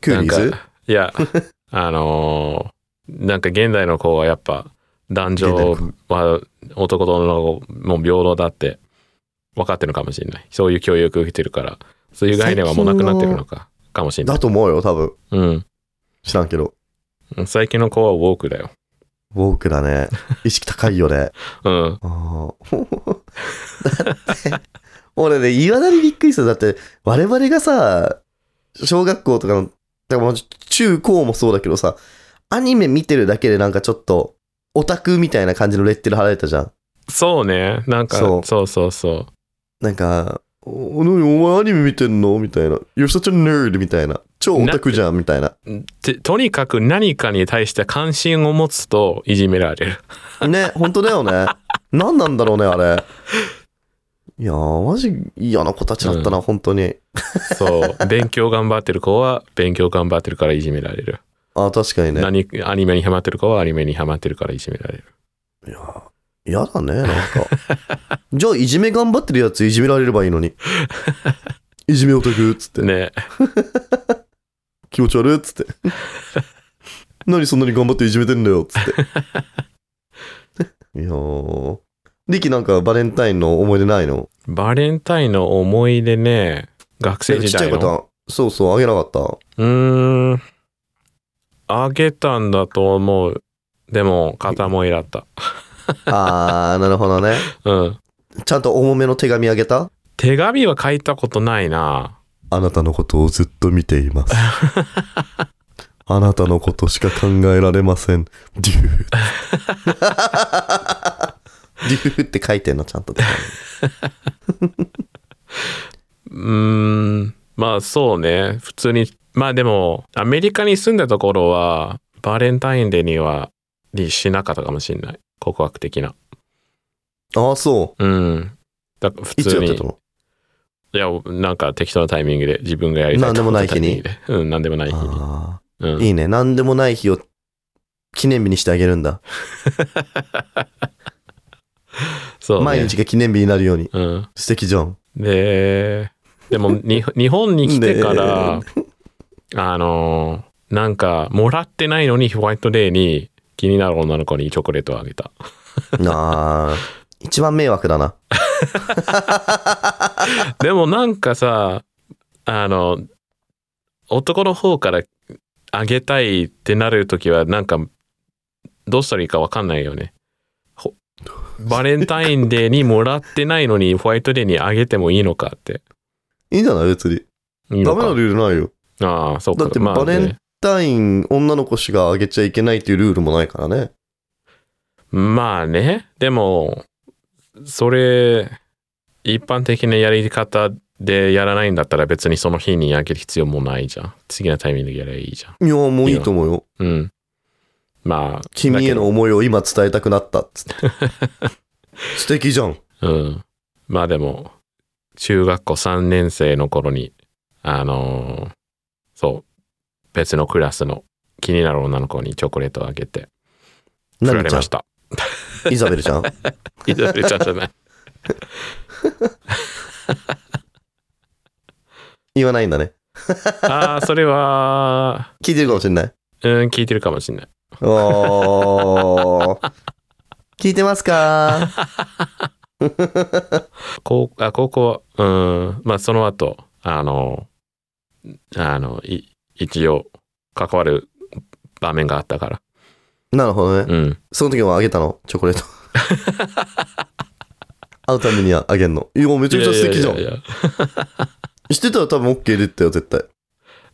B: クーリー
A: なん
B: ズ
A: かいや あのーなんか現代の子はやっぱ男女は男と女の子も平等だって分かってるのかもしれないそういう教育を受けてるからそういう概念はもうなくなってるのかかもしれな
B: だ
A: い
B: と思うよ、多分。
A: うん
B: 知らんけど。
A: 最近の子はウォークだよ
B: ウォークだね。意識高いよね。
A: うん
B: あー だって、俺ね、いわだにびっくりした。だって、我々がさ、小学校とかの、だからまあ中高もそうだけどさ、アニメ見てるだけでなんかちょっと、オタクみたいな感じのレッテル貼られたじゃん。
A: そうねなんか
B: そう
A: そうそうそう
B: なんか、おお何お前アニメ見てんのみたいな。You're such a nerd! みたいな。超オタクじゃんみたいな。
A: てとにかく何かに対して関心を持つといじめられる
B: ね、本当だよね。何なんだろうね、あれ。いやー、マジ嫌な子たちだったな、本当に。
A: そう勉強頑張ってる子は勉強頑張ってるからいじめられる、
B: あ、確かにね。
A: 何アニメにハマってる子はアニメにハマってるからいじめられる
B: いやー、嫌だね、なんか。じゃあ、いじめ頑張ってるやついじめられればいいのに。いじめオタクっつって。
A: ね
B: 気持ち悪いっつって。何そんなに頑張っていじめてんだよ っつって。いやー。リキなんかバレンタインの思い出ないの
A: バレンタインの思い出ね学生
B: ちっ
A: 時
B: ちゃ
A: 代
B: い子
A: の
B: とそうそう、あげなかった。
A: うーんあげたんだと思うでも片思いだった
B: あー、なるほどね。
A: うん
B: ちゃんと重めの手紙あげた
A: 手紙は書いたことないな
B: あなたのことをずっと見てい ます。あなたのことしか考えられません。デ ュー。デューって書いてんの、ちゃんと。
A: うーんまあそうね普通にまあでもアメリカに住んだところはバレンタインデーにはにしなかったかもしれない告白的な
B: ああ、そ
A: うんだから普
B: う。いつ
A: 通
B: やっ
A: に
B: て
A: い
B: たの
A: やなんか適当なタイミングで自分がやりたいと思ったタイミングでうん何でもない日に、
B: あ
A: う
B: あ
A: ん、
B: いいね。何でもない日を記念日にしてあげるんだ。
A: そう、ね、
B: 毎日が記念日になるように。
A: うん、
B: 素敵じゃ ん。
A: ででもに日本に来てから
B: ね
A: あのーなんかもらってないのにホワイトデーに気になる女の子にチョコレートをあげた
B: なあ。一番迷惑だな。
A: でもなんかさあの男の方からあげたいってなる時はなんかどうしたらいいかわかんないよね。ほバレンタインデーにもらってないのにホワイトデーにあげてもいいのかって。
B: いいんじゃない別に。
A: いい
B: ダ
A: の
B: メ
A: か
B: なルールないよ。
A: ああそうか。
B: だって
A: まあ
B: バレン
A: ね
B: タイン、女の子しかあげちゃいけないっていうルールもないからね。
A: まあね。でも、それ、一般的なやり方でやらないんだったら別にその日にあげる必要もないじゃん。次のタイミングでやればいいじゃん。
B: いや、もういいと思うよ。
A: うん。まあ、
B: 君
A: だ
B: へ
A: け
B: の
A: ど
B: 思いを今伝えたくなったっつって。素敵じゃん。
A: うん。まあでも、中学校3年生の頃に、あのーそう、別のクラスの気になる女の子にチョコレートをあげて、振ら
B: 何
A: れ
B: ちゃ
A: ま
B: ん
A: し。た。
B: イザベルちゃん。
A: いじられちゃんじゃない。
B: 言わないんだね。
A: ああ、それは、
B: 聞いてるかもしれ ない。
A: うん、聞いてるかもしんない。
B: おー。聞いてますか
A: 高あ高校うんまあその後あのあのい一応関わる場面があったから
B: なるほどね。
A: うん
B: その時もあげたのチ ョコレート。会うためにはあげんの。いや、めちゃくちゃ素敵じゃん
A: いやい。やいやいや
B: してたら多分 OK で言ったよ、絶対。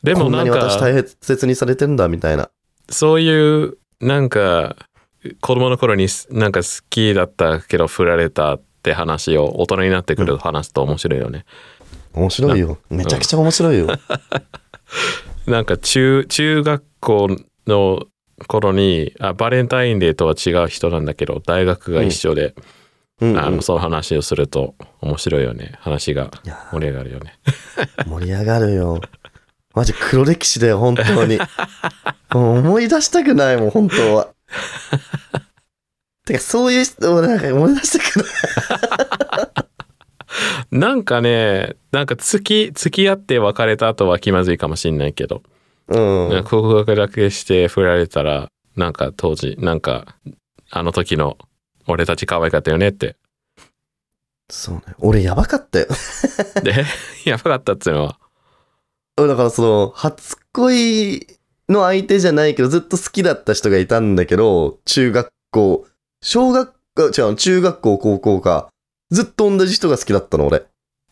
A: でも
B: こん
A: な
B: なんに私
A: か
B: 大切にされてんだ、みたいな。
A: そういうなんか子供の頃にすなんか好きだったけど振られたって話を大人になってくると話すと面白いよね、
B: 面白いよ。めちゃくちゃ面白いよ。
A: なんか中中学校の頃にあバレンタインデーとは違う人なんだけど大学が一緒で、
B: うん、
A: あ
B: うん
A: の。その話をすると面白いよね話が
B: いや
A: 盛り上がるよね
B: 盛り上がるよ。マジ黒歴史だよ、本当に。もう思い出したくないもん、本当は。てか、そういう人、なんか思い出したくない。
A: なんかねなんか付き付き合って別れた後は気まずいかもしんないけど、
B: うん。
A: なんか告白だけして振られたらなんか当時なんかあの時の俺たち可愛かったよねって
B: そうね。俺やばかったよ。
A: でやばかったっつうのは
B: 俺だからその、初恋の相手じゃないけど、ずっと好きだった人がいたんだけど、中学校、小学校、違う、中学校、高校か。ずっと同じ人が好きだったの、俺。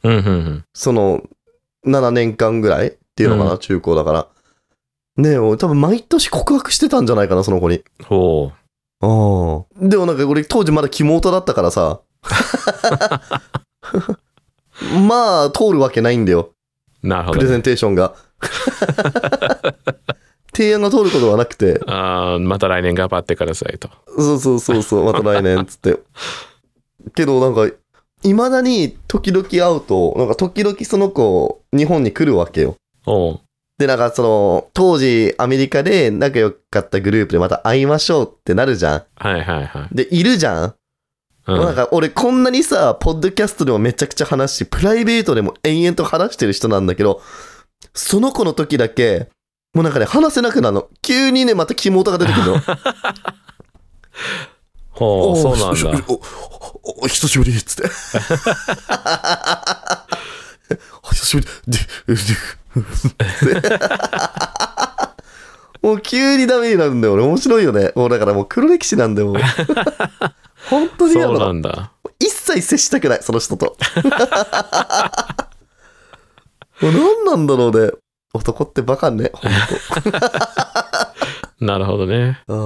A: うんうんうん
B: その、7年間ぐらいっていうのかな、
A: う
B: 中高だから。ねえ、俺多分毎年告白してたんじゃないかな、その子に。
A: ほう
B: ああ。でもなんか俺当時まだキモオタだったから さ。まあ、通るわけないんだよ。
A: なるほ
B: プ
A: ど
B: レ
A: ね、
B: ゼンテーション が。提案が通ることはなくて、
A: あーまた来年頑張ってくださいと
B: そうそうそうそう、また来年っつって。けどなんか、いまだに時々会うと、なんか時々その子、日本に来るわけよ。
A: おう
B: で、なんかその、当時アメリカで仲良かったグループでまた会いましょうってなるじゃ
A: はいはいはい、
B: ん。で、いるじゃん。
A: う
B: もうなん
A: ん、
B: か俺こんなにさ、ポッドキャストでもめちゃくちゃ話し、プライベートでも延々と話してる人なんだけど、その子の時だけ、もうなんかね、話せなくなるの。急にね、また肝音が出てくるの。
A: ほうそう なんだ
B: だ。おお久しぶりっつって。お久しぶり。でででもう急にダメになるんだよ。俺面白いよね。もうだからもう黒歴史なんだよ。もう本当にや
A: そう
B: だ
A: なんだ
B: 一切接したくない、その人と。もう何なんだろうね。男ってバカね、ほん
A: なるほどね
B: と。あ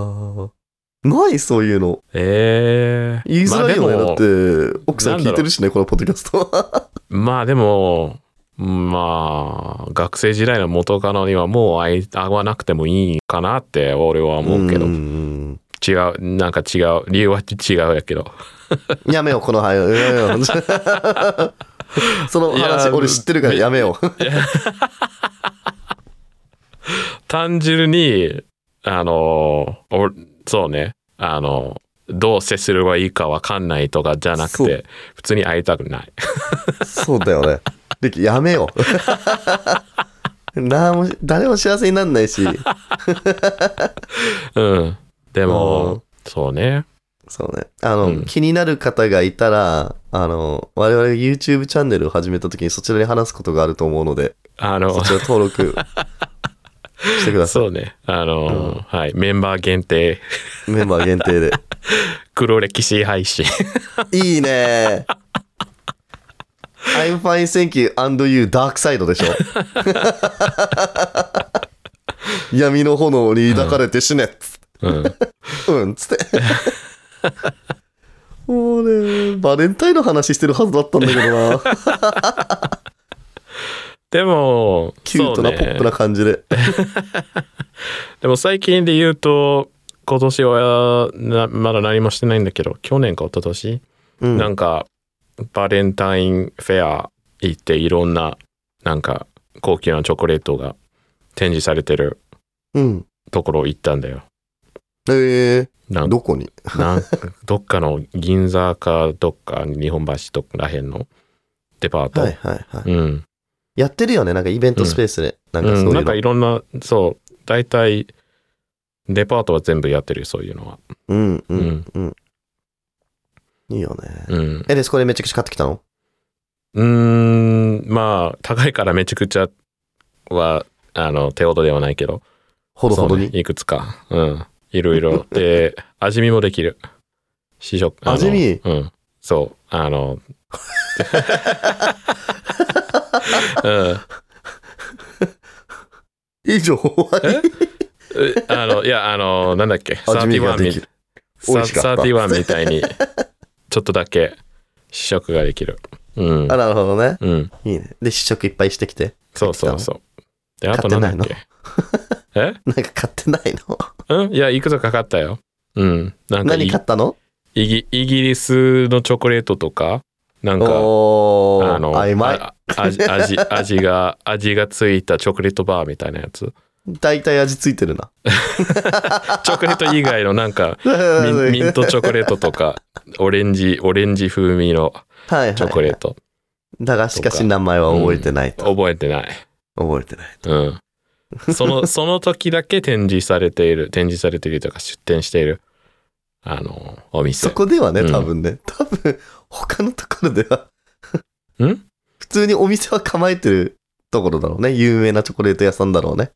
B: ーない、そういうの。
A: ええ
B: 言いづらいよね。
A: まあ
B: だっ
A: でも
B: て、奥さん聞いてるしね、このポッドキャストは。
A: まあでもまあ学生時代の元カノにはもう会い会わなくてもいいかなって俺は思うけど、
B: ん
A: 違うなんか違う理由は違うやけど
B: やめよう、この話。やめようその
A: いや
B: 話、俺知ってるからやめよう。
A: 単純にあのおそうねあのどう接すればいいかわかんないとかじゃなく
B: そ
A: て普通に会いたくない
B: そうだよね。できやめよう。 なんも誰も幸せになんないし。
A: うんで
B: う
A: も
B: ん
A: そうね
B: そうね。あの、
A: うん
B: 気になる方がいたら、あの、我々が YouTube チャンネルを始めた時にそちらに話すことがあると思うので、
A: あの
B: そちら登録してくださ
A: そうねあの、はいメンバー限定
B: い。メンバー限定で。
A: 黒歴史配 信
B: いいね I'm fine, thank you, and you, dark side でしょ闇の炎に抱かれて死ねっつ
A: うん
B: うん、つって。もうね、バレンタインの話してるはずだったんだけどな。
A: でも
B: キュートなポップな感じで。
A: でも最近で言うと今年はなまだ何もしてないんだけど去年か一昨年、
B: うん
A: なんかバレンタインフェア行っていろんななんか高級なチョコレートが展示されてる
B: うん。
A: ところ行ったんだよ。
B: え
A: な
B: ー、
A: ん
B: どこに
A: なん どっかの銀座かどっか日本橋とからへんのデパート。
B: はいはいはい。
A: うん、
B: やってるよね、なんかイベントスペースで。なんかそううんいう
A: なん
B: の
A: か。いろんなそう大体デパートは全部やってるよそういうのは。
B: うんう。
A: うんん
B: いいよね。
A: うん、
B: え、で、そこでめちゃくちゃ買ってきたの
A: うーんまあ高いからめちゃくちゃはあの手ほどではないけど
B: ほどほど
A: そう
B: に。
A: ねいくつかうんいろい ろで味見もできる試食あの
B: 味見
A: うんそうあのうん
B: 以上終 わり
A: ええあのいやあのなんだっけ
B: 味見ができる美味しかった
A: 31みたいにちょっとだけ試食ができるうん
B: あ、なるほどね。
A: うん
B: いいね。で、試食いっぱいしてきて。
A: そうそうそう。で、あと
B: 買
A: な
B: っ
A: ん
B: てな
A: だ
B: い
A: っ
B: の
A: けえ
B: なんか買ってないの
A: うんいや、いくつかかったよ。うん。なんか
B: 何
A: イ
B: 買ったの
A: イギ、イギリスのチョコレートとか、なんか、
B: お
A: あ
B: ー、
A: の、
B: 曖昧。
A: ああ味、味、味が、味がついたチョコレートバーみたいなやつ。
B: 大体味ついてるな。
A: チョコレート以外のなん か、ミンミントチョコレートとか、オレンジ、オレンジ風味の
B: はいはい
A: チョコレート。
B: だがしかし名前は覚えてないと。
A: 覚えてない。
B: 覚えてない。
A: うん。そ の、その時だけ展示されている、展示されているというか出展している、あの、お店
B: そ。こではね、
A: うん
B: 多分ね。多分、他のところでは。
A: ん
B: 普通にお店は構えてるところだろうね。有名なチョコレート屋さんだろうね。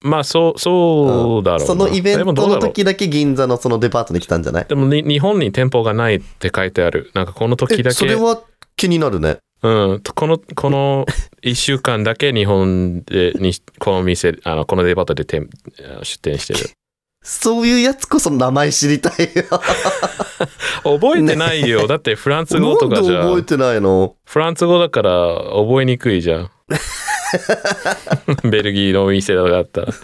A: まあ、そう、そうだろうな
B: そのイベント
A: でもど
B: の
A: うだろう
B: 時だけ銀座のそのデパートに来たんじゃない
A: でもに日本に店舗がないって書いてある。なんかこの時
B: え
A: だ
B: そ
A: け、
B: れ
A: うん、
B: は気になるね。
A: この、この1週間だけ日本で、にこの 店、あの、このデパートで店あの出店してる。
B: そういうやつこそ名前知りたいよ。
A: 覚えてないよ。 だってフランス
B: なん
A: 語
B: で
A: とかじゃ
B: 覚え
A: ん、
B: てないの
A: フランス語だから覚えにくいじゃん。ベルギーのお店だったら、
B: ね。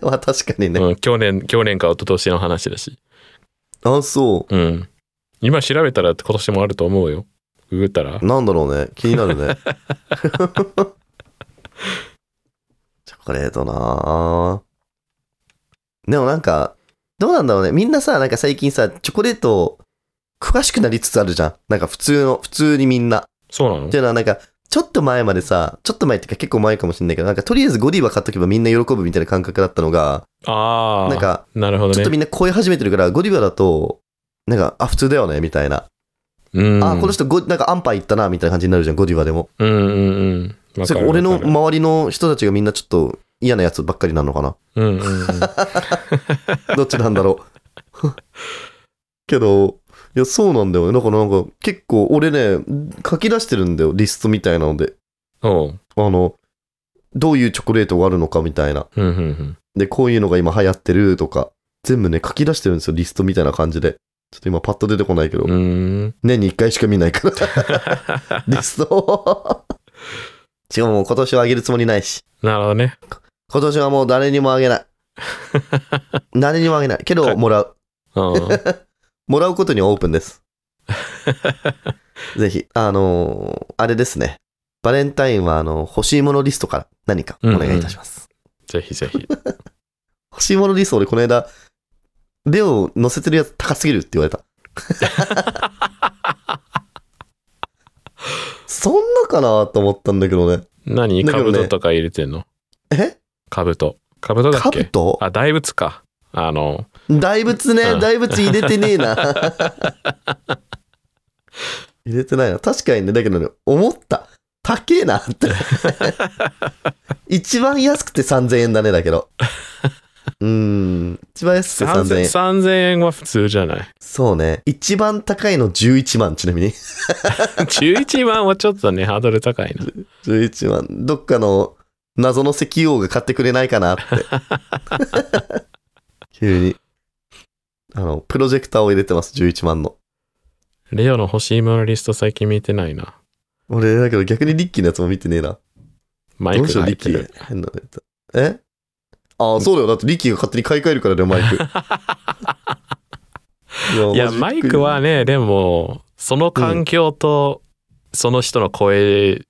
B: まあ確かにね。
A: うん、去年、去年か一昨年の話だし。
B: あ、そ
A: うん。今調べたら今年もあると思うよ。ググったら。
B: う。なんだろうね。気にな るね。チョコレートなぁでもなんか、どうなんだろうね。みんなさ、なんか最近さ、チョコレート、詳しくなりつつあるじゃん。なんか普通の、普通にみんな。
A: そうなの
B: っていうのはなんか、ちょっと前までさ、ちょっと前っていうか結構前かもしんないけど、なんかとりあえずゴディバ買っとけばみんな喜ぶみたいな感覚だったのが、
A: ああ。
B: なんか、
A: なるほ
B: ちょ
A: ど
B: っ
A: ね。
B: とみんな超え始めてるから、ゴディバだと、なんか、あ、普通だよね、みたいな。
A: うん、
B: あ、この人ゴ、なんかアンパイ行ったな、みたいな感じになるじゃん、ゴディバでも。
A: うんうんうん。わ
B: そ
A: か
B: れ
A: る
B: 俺の
A: わかる
B: 周りの人たちがみんなちょっと嫌なやつばっかりな のかな。
A: うんうん うん。
B: どっちなんだろう。 けど、いや、そうなんだよね。だからなんか、結構俺ね、書き出してるんだよ、リストみたいなので。
A: おう。
B: あの、どういうチョコレートがあるのかみたいな。
A: うんうんうん。
B: で、こういうのが今流行ってるとか、全部ね、書き出してるんですよ、リストみたいな感じで。ちょっと今パッと出てこないけど、
A: うーん。
B: 年に1回しか見ないから。リストを。しかももう今年はあげるつもりないし。
A: なるほどね。
B: 今年はもう誰にもあげない。誰にもあげない。けど、もらう。
A: う
B: もらうことにはオープンです。ぜひ、あのーあれですね。バレンタインは、あの、欲しいものリストから何かお願いいたします。
A: ん。ぜひぜひ。
B: 欲しいものリスト、俺この間、レオ乗せてるやつ高すぎるって言われ た。そんなかなと思ったんだけどね。
A: 何
B: だけ
A: カ
B: どね
A: ブトとか入れてんの
B: え
A: カブト。カブトだっ
B: カブ
A: け
B: ト
A: あ、大仏か。あの
B: 大仏ね、
A: うん
B: 大仏入れてね えな。入れてないな。確かにね、だけどね、思った。高えなって。 一番安くて3000円だね、だ けど。うーん。一番安くて3000
A: 3000,
B: 円。
A: 3000円は普通じゃない
B: そうね。一番高いの11万、ちなみに。
A: 11万はちょっとねハードル高いな
B: 11万。どっかの謎の石油王が買ってくれないか なって。急に。あの、プロジェクターを入れてます、11万の。
A: レオの欲しいものリスト最近見てないな
B: 俺、だけど逆にリッキーのやつも見てねえな。
A: マイ
B: どう
A: ク
B: しよ
A: が
B: う、
A: 入っ
B: リッ
A: てる
B: キー。変なのやつ。えああ、そうだよ。だってリッキーが勝手に買い替えるからだよ、マイク。い
A: いや
B: マジ
A: マイクはねでもその環境とその人の声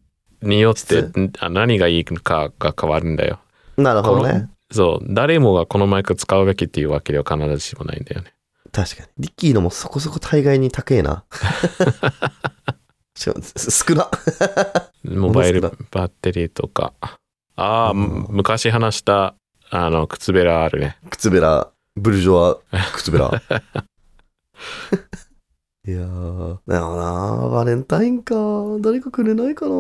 A: によって、
B: 質
A: んあ何がいいかが変わるんだよ
B: なるほどね。
A: そう誰もがこのマイク使うべきっていうわけでは必ずしもないんだよね
B: 確かに。リッキーのもそこそこ大概に高えな。しかも、す少な。
A: モバイル
B: も
A: バ
B: の
A: ッテリーとかああ、
B: うん
A: む昔話したあの靴べらあるね
B: 靴べら、ブルジョア、靴べら。いやー、だよなバレンタインか。誰かくれないかな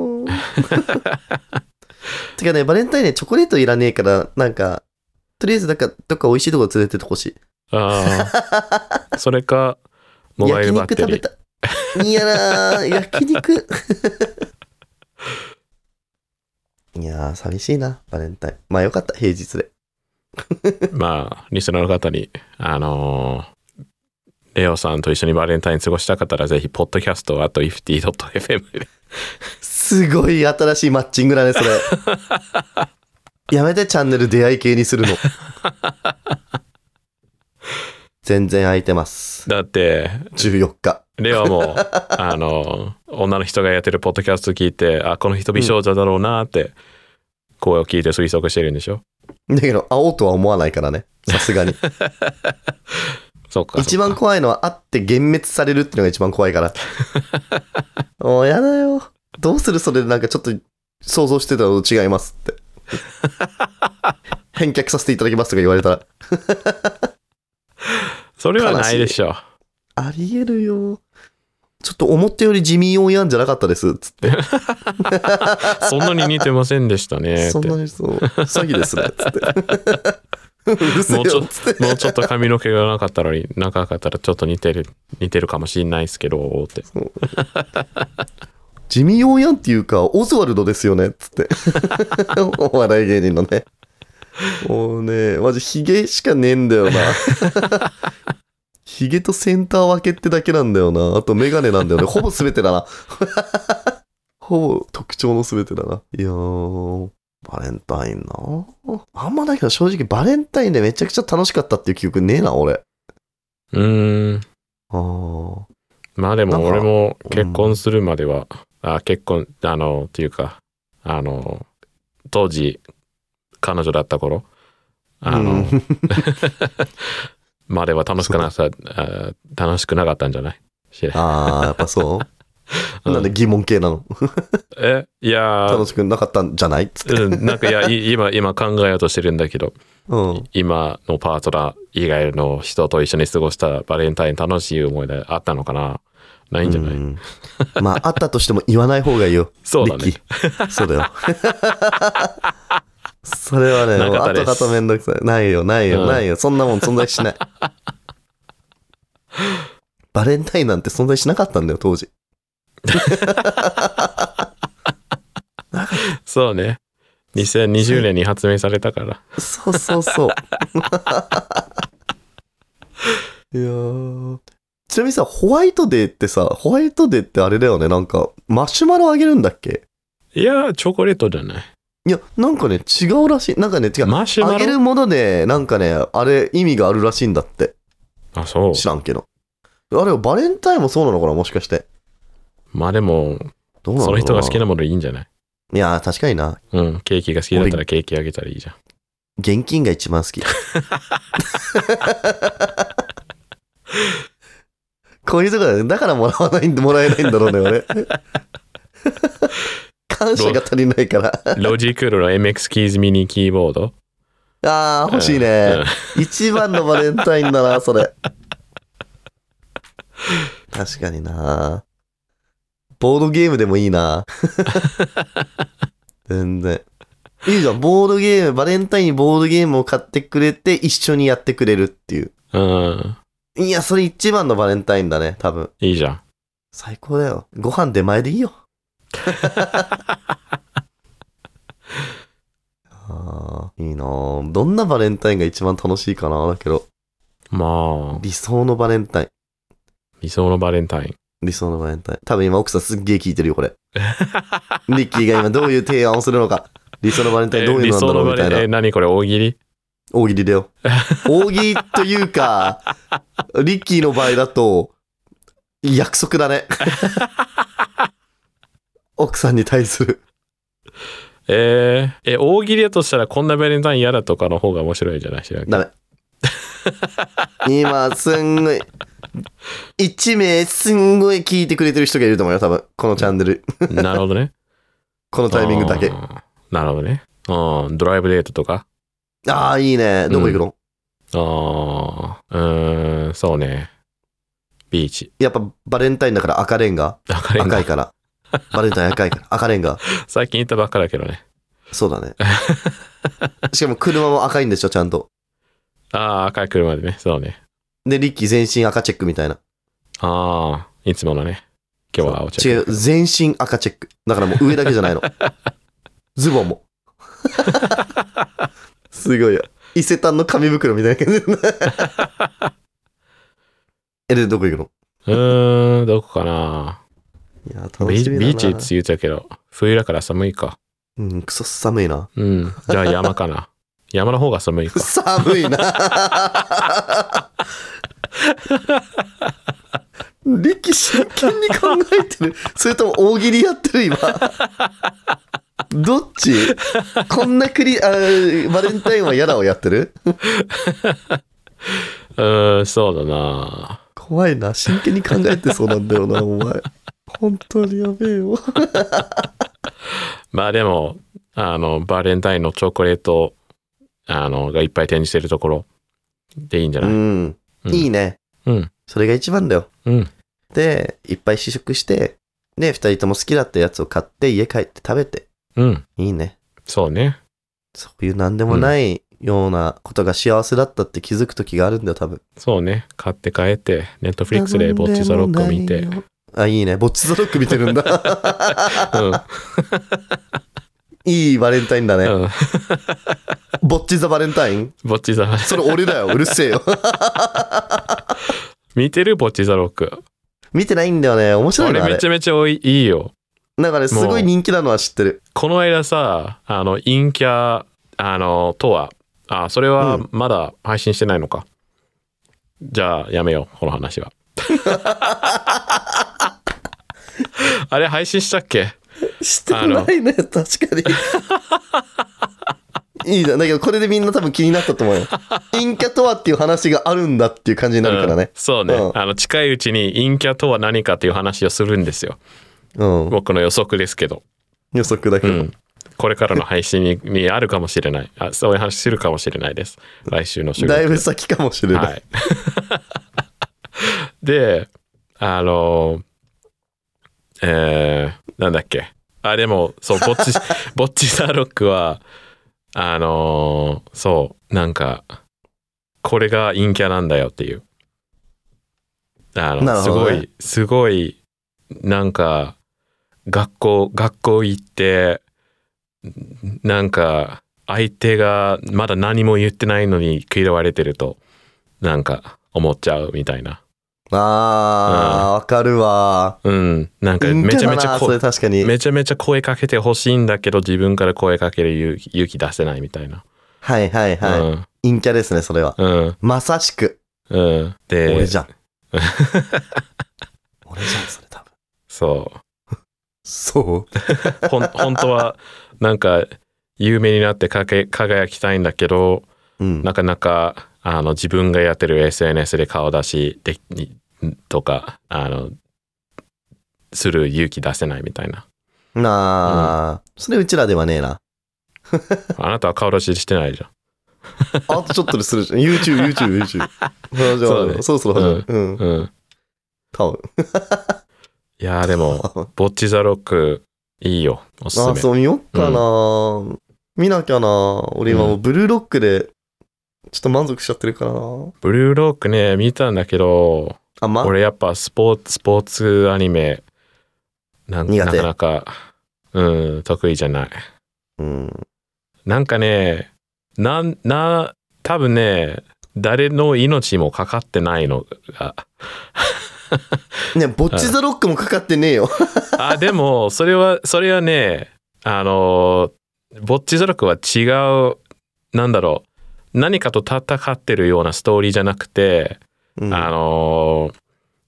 B: てかね、バレンタインね、チョコレートいらねえから、なんか、とりあえず、なんか、どっか美味しいとこ連れてってほしい。
A: あ あそれかモバイ
B: 焼
A: ルバッ
B: 肉
A: テ
B: 食
A: リー
B: べた。いやだー、焼肉。 いやー、寂しいな、バレンタイン。まあよかった、平日で。
A: まあリスナーの方にあのーレオさんと一緒にバレンタイン過ごしたかったらぜひポッドキャストあと ifty.fm です
B: ごい新しいマッチングだね、 それ。やめて、チャンネル出会い系にするの。全然空いてます。
A: だって
B: 14日。
A: レオも あの女の人がやってるポッドキャスト聞いてあこの人美少女だろうなって声を聞いて推測してるんでしょ
B: だけど、会おうとは思わないからね。さすがに。
A: そうか
B: 一番
A: そうか
B: 怖いのは会って幻滅されるっていうのが一番怖い から。もうやだよ。どうするそれでなんかちょっと想像してたのと違いますって。返却させていただきますとか言われたら。
A: それはないでしょ
B: ありえるよ。ちょっと思ったより地味オンやんじゃなかったです。つって。
A: そんなに似てませんでしたねって
B: そんな
A: も
B: にそう。詐欺ですね。つ って。うるせえ
A: もうち
B: よ。
A: ょ
B: つって。
A: うちょっと髪の毛がなかったのに長かったらちょっと似てる似てるかもしれないですけどって
B: 地味オンやんっていうか、オズワルドですよね。つって。 お笑い芸人のね。もうね、マジヒゲしかねえんだよな。ヒゲとセンター分けってだけなんだよな。あとメガネなんだよね。ほぼ全てだな。ほぼ特徴の全てだな。いやー、バレンタインな。あんまだけど正直バレンタインでめちゃくちゃ楽しかったっていう記憶ねえな、俺。
A: うーん
B: あー
A: まあで
B: なん
A: も
B: か
A: 俺も結婚するまでは、あ結婚あのっていうかあの当時彼女だった頃あの、
B: うん
A: までは楽しくなさ、あ楽しくなかったんじゃない知らん
B: あー、やっぱそう
A: うん
B: なんで疑問系なの
A: え、いやー
B: 楽しくなかったんじゃないつって。
A: うん、なんかいや、い今、今考えようとしてるんだけど、
B: うん。
A: 今のパートナー以外の人と一緒に過ごしたバレンタイン楽しい思い出あったのかなないんじゃない、
B: うんまあ、あったとしても言わない方がいいよ。
A: そうだ
B: リ
A: ね。
B: ッキーそうだよ。 それはね、
A: な
B: もう
A: かったです
B: 後々めんどくさい。ないよ、ないよ、
A: うん
B: ないよ。そんなもん存在 しない。バレンタインなんて存在しなかったんだよ、当時。
A: そうね。2020年に発明されたから。
B: そうそ うそう。いやーちなみにさ、ホワイトデーってさ、ホワイトデーってあれだよね、なんか、マシュマロあげるんだっけ
A: いや、チョコレートじゃない。
B: いや、なんかね、違うらしい。なんかね、違う。
A: マシュ
B: あ
A: マ
B: げる
A: ロ
B: もので、なんかね、あれ、意味があるらしいんだって。
A: あ、そう。
B: 知らんけど。あれ、バレンタインもそうなのかなもしかして。
A: まあでも、
B: どうなんだ
A: そ
B: ろう
A: の人が好き
B: な。
A: なものいいんじゃない
B: いやー、確かにな。
A: うん、ケーキが好きだったらケーキあげたらいいじゃん。
B: 現金が一 番好き。こういうとこだね。だからもらわないんで、もらえないんだろうね、 俺。感謝が足りないから。
A: ロジクールの MX キーズミニキーボード
B: あー、欲しいね。一番のバレンタインだな、それ。確かにな。ボードゲームでもいいな。 全然。いいじゃん、ボードゲーム、バレンタインにボードゲームを買ってくれて、一緒にやってくれるっていう。
A: うん。
B: いや、それ一番のバレンタインだね、多分。
A: いいじゃん。
B: 最高だよ。ご飯出前でいいよ。 あーいいなぁどんなバレンタインが一番楽しいかなだけど、
A: まあ、
B: 理想のバレンタイン。
A: 理想のバレンタイン。
B: 理想のバレンタイン。多分今奥さんすっげえ聞いてる よ、これ。リッキーが今どういう提案をするのか。理想のバレンタインどういう
A: 理
B: のなん
A: 想
B: だろ
A: の
B: う
A: バ
B: み
A: レ
B: たい
A: ンタ
B: な
A: イン。。え、何これ大喜利
B: 大喜利だよ。 大喜利というか、リッキーの場合だと、約束だ ね。奥さんに対する。
A: えーえ、大喜利だとしたらこんなバレンタイン嫌だとかの方が面白いんじ ゃないしら
B: ダメ。今、すんごい、一名すんごい聞いてくれてる人がいると思うよ、多分。このチャンネル。
A: なるほどね。
B: このタイミングだけ
A: う。ん。なるほどね。うん、ドライブデートとか。
B: ああ、いいね。どこ行くの、
A: ああ、うーん、そうね。ビーチ。
B: やっぱバレンタインだから赤レンガ。
A: 赤レンガ
B: 赤いから。バレンタイン赤いから。赤レンガ。
A: 最近行ったばっかだけどね。
B: そ うだね。しかも車も赤いんでしょ、ちゃんと。
A: ああ、赤い車でね。そうね。
B: で、リッキー全身赤チェックみたいな。
A: ああ、いつものね。今日は青
B: 違
A: 茶。
B: う、全身赤チェック。だからもう上だけじゃな いの。ズボンも。すごいよ。伊勢丹の紙袋みたいな 感じ。え、で、どこ行くの
A: うーん、どこかない
B: や、楽
A: ビ
B: しみだな。
A: ビーチって言うたけど、冬だから寒いか。
B: うん、くそ寒いな。
A: うん。じゃあ山かな。山の方が寒いか。
B: 寒いな。力真剣に考えてる。それとも大喜利やってる今。どっちこんなクリ、あーバレンタインはやだをやってる
A: うーん、そうだな
B: 怖いな。真剣に考えてそうなんだよな、お前。本当にやべえよ。
A: まあでも、あの、バレンタインのチョコレート、あの、がいっぱい展示してるところでいいんじゃ
B: う
A: ない
B: ん。
A: うん
B: いいね。
A: うん。
B: それが一番だよ。
A: うん。
B: で、いっぱい試食して、で、二人とも好きだったやつを買って家帰って食べて。
A: うん。
B: いいね。
A: そうね。
B: そういう何でもないようなことが幸せだったって気づく時があるんだよ、多分。
A: そうね。買って帰って、ネットフリックスでぼっちザロックを見て。。
B: あ、いいね。ぼっちザロック見てる んだ。
A: うん。
B: いいバレンタインだね。
A: うん。
B: ぼっちザバレンタイン
A: ぼっちザ、
B: それ俺だよ。うるせえよ。
A: 見てるぼっちザロック。
B: 見てないんだよね。面白い
A: 俺
B: な、あれ
A: めち。ゃめちゃおいいいよ。
B: なんかね、すごい人気なのは知ってる。
A: この間さ、あの、陰キャ、あの、とは、あ、それは
B: うん
A: まだ配信してないのか。じゃあ、やめよう、この話 は。あれ、配信したっけ
B: してないね、確か に。いいじゃん。だけど、これでみんな多分気になったと思うよ。陰キャとはっていう話があるんだっていう感じになるから
A: うん
B: ね。
A: そうね、
B: うん
A: あの近いうちに陰キャとは何かという話をするんですよ
B: うん。
A: 僕の予測ですけど、
B: 予測だけ
A: う
B: ど。
A: ん、これからの配信ににあるかもしれないあそういう話するかもしれないです来週の収録
B: だいぶ先かもしれない。
A: はい。 で、あの、えー、なんだっけ。あ、でも、そう、ぼっち、 ぼっちサーロックは、あのーそう、なんか、これが陰キャなんだよっていう。あ
B: な
A: の、
B: る
A: す
B: ほ
A: ご
B: どね
A: い、すごい、なんか、学校、学校行って、なんか、相手がまだ何も言ってないのに嫌われてると、なんか、思っちゃうみたいな。
B: あー、わかるわ。
A: うん。なんか、
B: 陰
A: め
B: キ
A: ち
B: ャ
A: ゃ
B: だ
A: めちゃ
B: な、
A: こ
B: それ確かに。
A: めちゃめちゃ声かけてほしいんだけど、自分から声かける勇気勇気出せないみたいな。
B: はいはいはい。陰キャですね、それは。
A: うん。うん。
B: まさしく、
A: うん。で、
B: 俺じ ゃん。俺じゃん、それ多分。
A: そう。
B: そ
A: ほん本当はなんか有名になってかけ輝きたいんだけど
B: う。うん。
A: なかなかあの自分がやってる SNS で顔出しでにとかあのする勇気出せないみたいな
B: なあ、それうちらではねえな。
A: あなたは顔出ししてないじゃん
B: あとちょっと でするじゃん。YouTube、YouTube、YouTube。話始ま
A: そう
B: る
A: だ
B: よ
A: ね
B: そろそろ始まる。うん。
A: うん。
B: 多分。
A: いやーで も、
B: あ
A: ボッチザロック、いいよ。おすす
B: あ、
A: め。
B: そう見よっかな、見なきゃな俺今もうブルーロックで、ちょっと満足しちゃってるからな
A: ブルーロックね、見たんだけど、
B: あんま
A: 俺やっぱスポーツ、スポーツアニメ、なん
B: 苦
A: な
B: 手
A: かなか、うん、得意じゃない。
B: うん。
A: なんかね、なん、な、多分ね、誰の命もかかってないのが。
B: ね、ボッチザロックもかかってねえよ。
A: あ、でも、それは、それはね、あの、ぼっちザロクは違う、なんだろう、何かと戦ってるようなストーリーじゃなくて、
B: うん、
A: あのー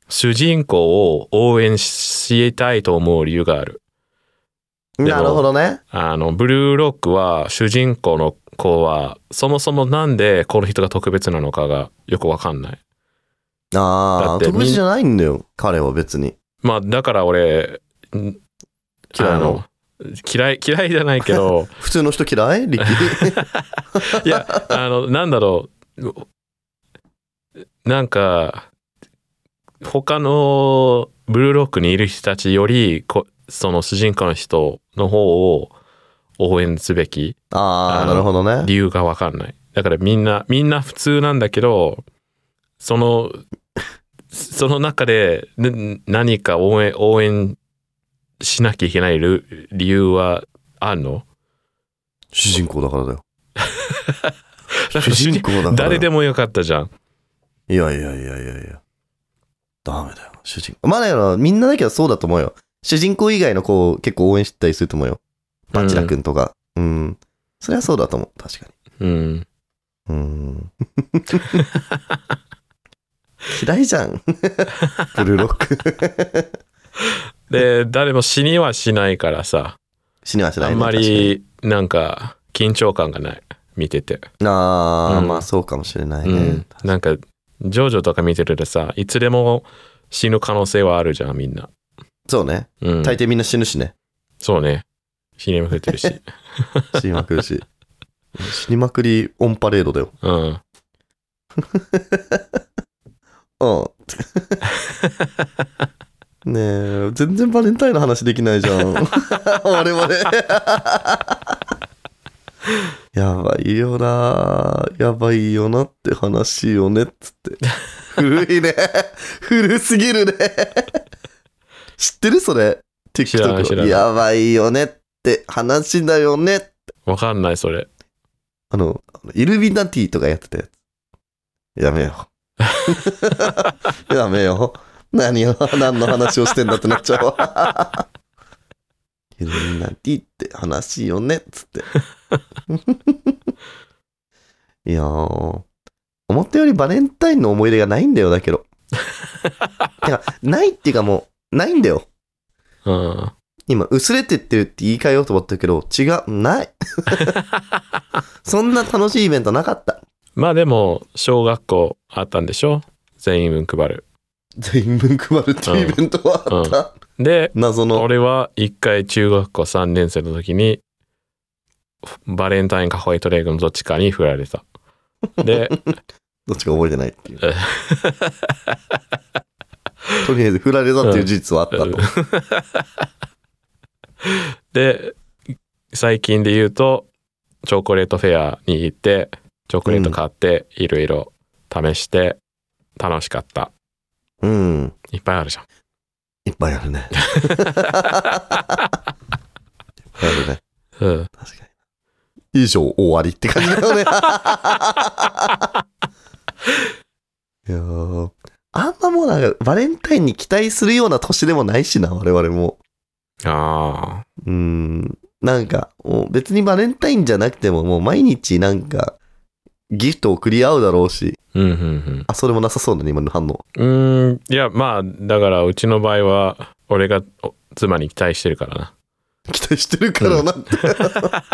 A: 主人公を応援したいと思う理由がある。でも
B: なるほどね。
A: あの、ブルーロックは主人公の子は、そもそもなんでこの人が特別なのかがよくわかんない。
B: あ
A: だっ
B: あ、
A: て
B: 特別じゃないんだよ。彼は別に。
A: まあ、だから俺、ん
B: 嫌いなの
A: あの嫌い、 嫌いじゃないけ ど、
B: 普通の人嫌いリ
A: い
B: キ
A: や、あの、なんだろう。なんか、他のブルーロックにいる人たちより、こその主人公の人の方を応援すべき
B: ああ、
A: あ
B: な
A: の
B: るほどね。
A: 理由がわかんない。だからみんな、みんな普通なんだけど、その、その中でね何か応援、応援しなきゃいけないる理由はあるの
B: 主人公だか らだよ。
A: なんか
B: 主人公だから。
A: 誰でもよかったじゃん。
B: いやいやいやいやいや。ダメだよ、主人公。まあだから、みんなだけどそうだと思うよ。主人公以外の子を結構応援してたりすると思うよ。バチラ君とか。うん。それはそうだと思う、確か
A: うん。
B: に。 うん。 嫌い じゃん。ブルーロック。
A: で、誰も死にはしないからさ、
B: 死にはしない
A: あ
B: ね
A: んま。
B: 確かに
A: りなんか緊張感がない、見てて。
B: ああ、
A: うん
B: まあそうかもしれないうね。
A: ん。なんか、ジョジョとか見てるとさ、いつでも死ぬ可能性はあるじゃん、みんな。
B: そうね。
A: うん。
B: 大抵みんな死ぬしね。
A: そうね。死にまくってるし。
B: 死にまくるし。死にまくりオンパレードだよ。
A: うん。
B: うん。ねえ、全然バレンタインの話できないじ ゃん。我々。やばいよなやばいよなって話よねっつって。古い ね。古すぎるね。知ってるそれ。
A: 知らない
B: TikTok
A: 知ら
B: の。
A: ない
B: やばいよねって話だよね。
A: わかんない、それ。
B: あの、あのイルミナティとかやってたやつ。やめよう。やめよう。何を、何の話をしてんだってなっちゃうわ。イルミナティって話よね、つって。いやー、思ったよりバレンタインの思い出がないんだよ、だけど。いや、ないっていうかもう、ないんだよ。
A: うん。
B: 今、薄れてってるって言い換えようと思ったけど、違う、ない。 そんな楽しいイベントなかった。
A: まあでも、小学校あったんでしょ全員分配る。
B: 全員分配るっていうイベントはあった。
A: で、
B: 謎の。
A: 俺は一回中学校3年生の時に、バレンタインかホワイトレーグのどっちかに振られた。 で、
B: どっちか覚えてないっていう
A: え。
B: とりあえず振られたっていう事実はあったと。
A: で最近で言うとチョコレートフェアに行ってチョコレート買っていろいろ試して楽しかった
B: うん。
A: いっぱいあるじゃん
B: いっぱいある ね。いっぱいあるね。
A: うん
B: 確かに。以上終わりって感じだよね。いやーあんまもうなんかバレンタインに期待するような年でもないしな、我々も。
A: あ
B: うーん。なんか、もう別にバレンタインじゃなくてももう毎日なんかギフトを送り合うだろうし。
A: ーうんうん
B: あ、それもなさそうだね、今の反応。
A: うんうーんいやまあだからうちの場合は俺がお妻に期待してるからな
B: 期待してるからなって。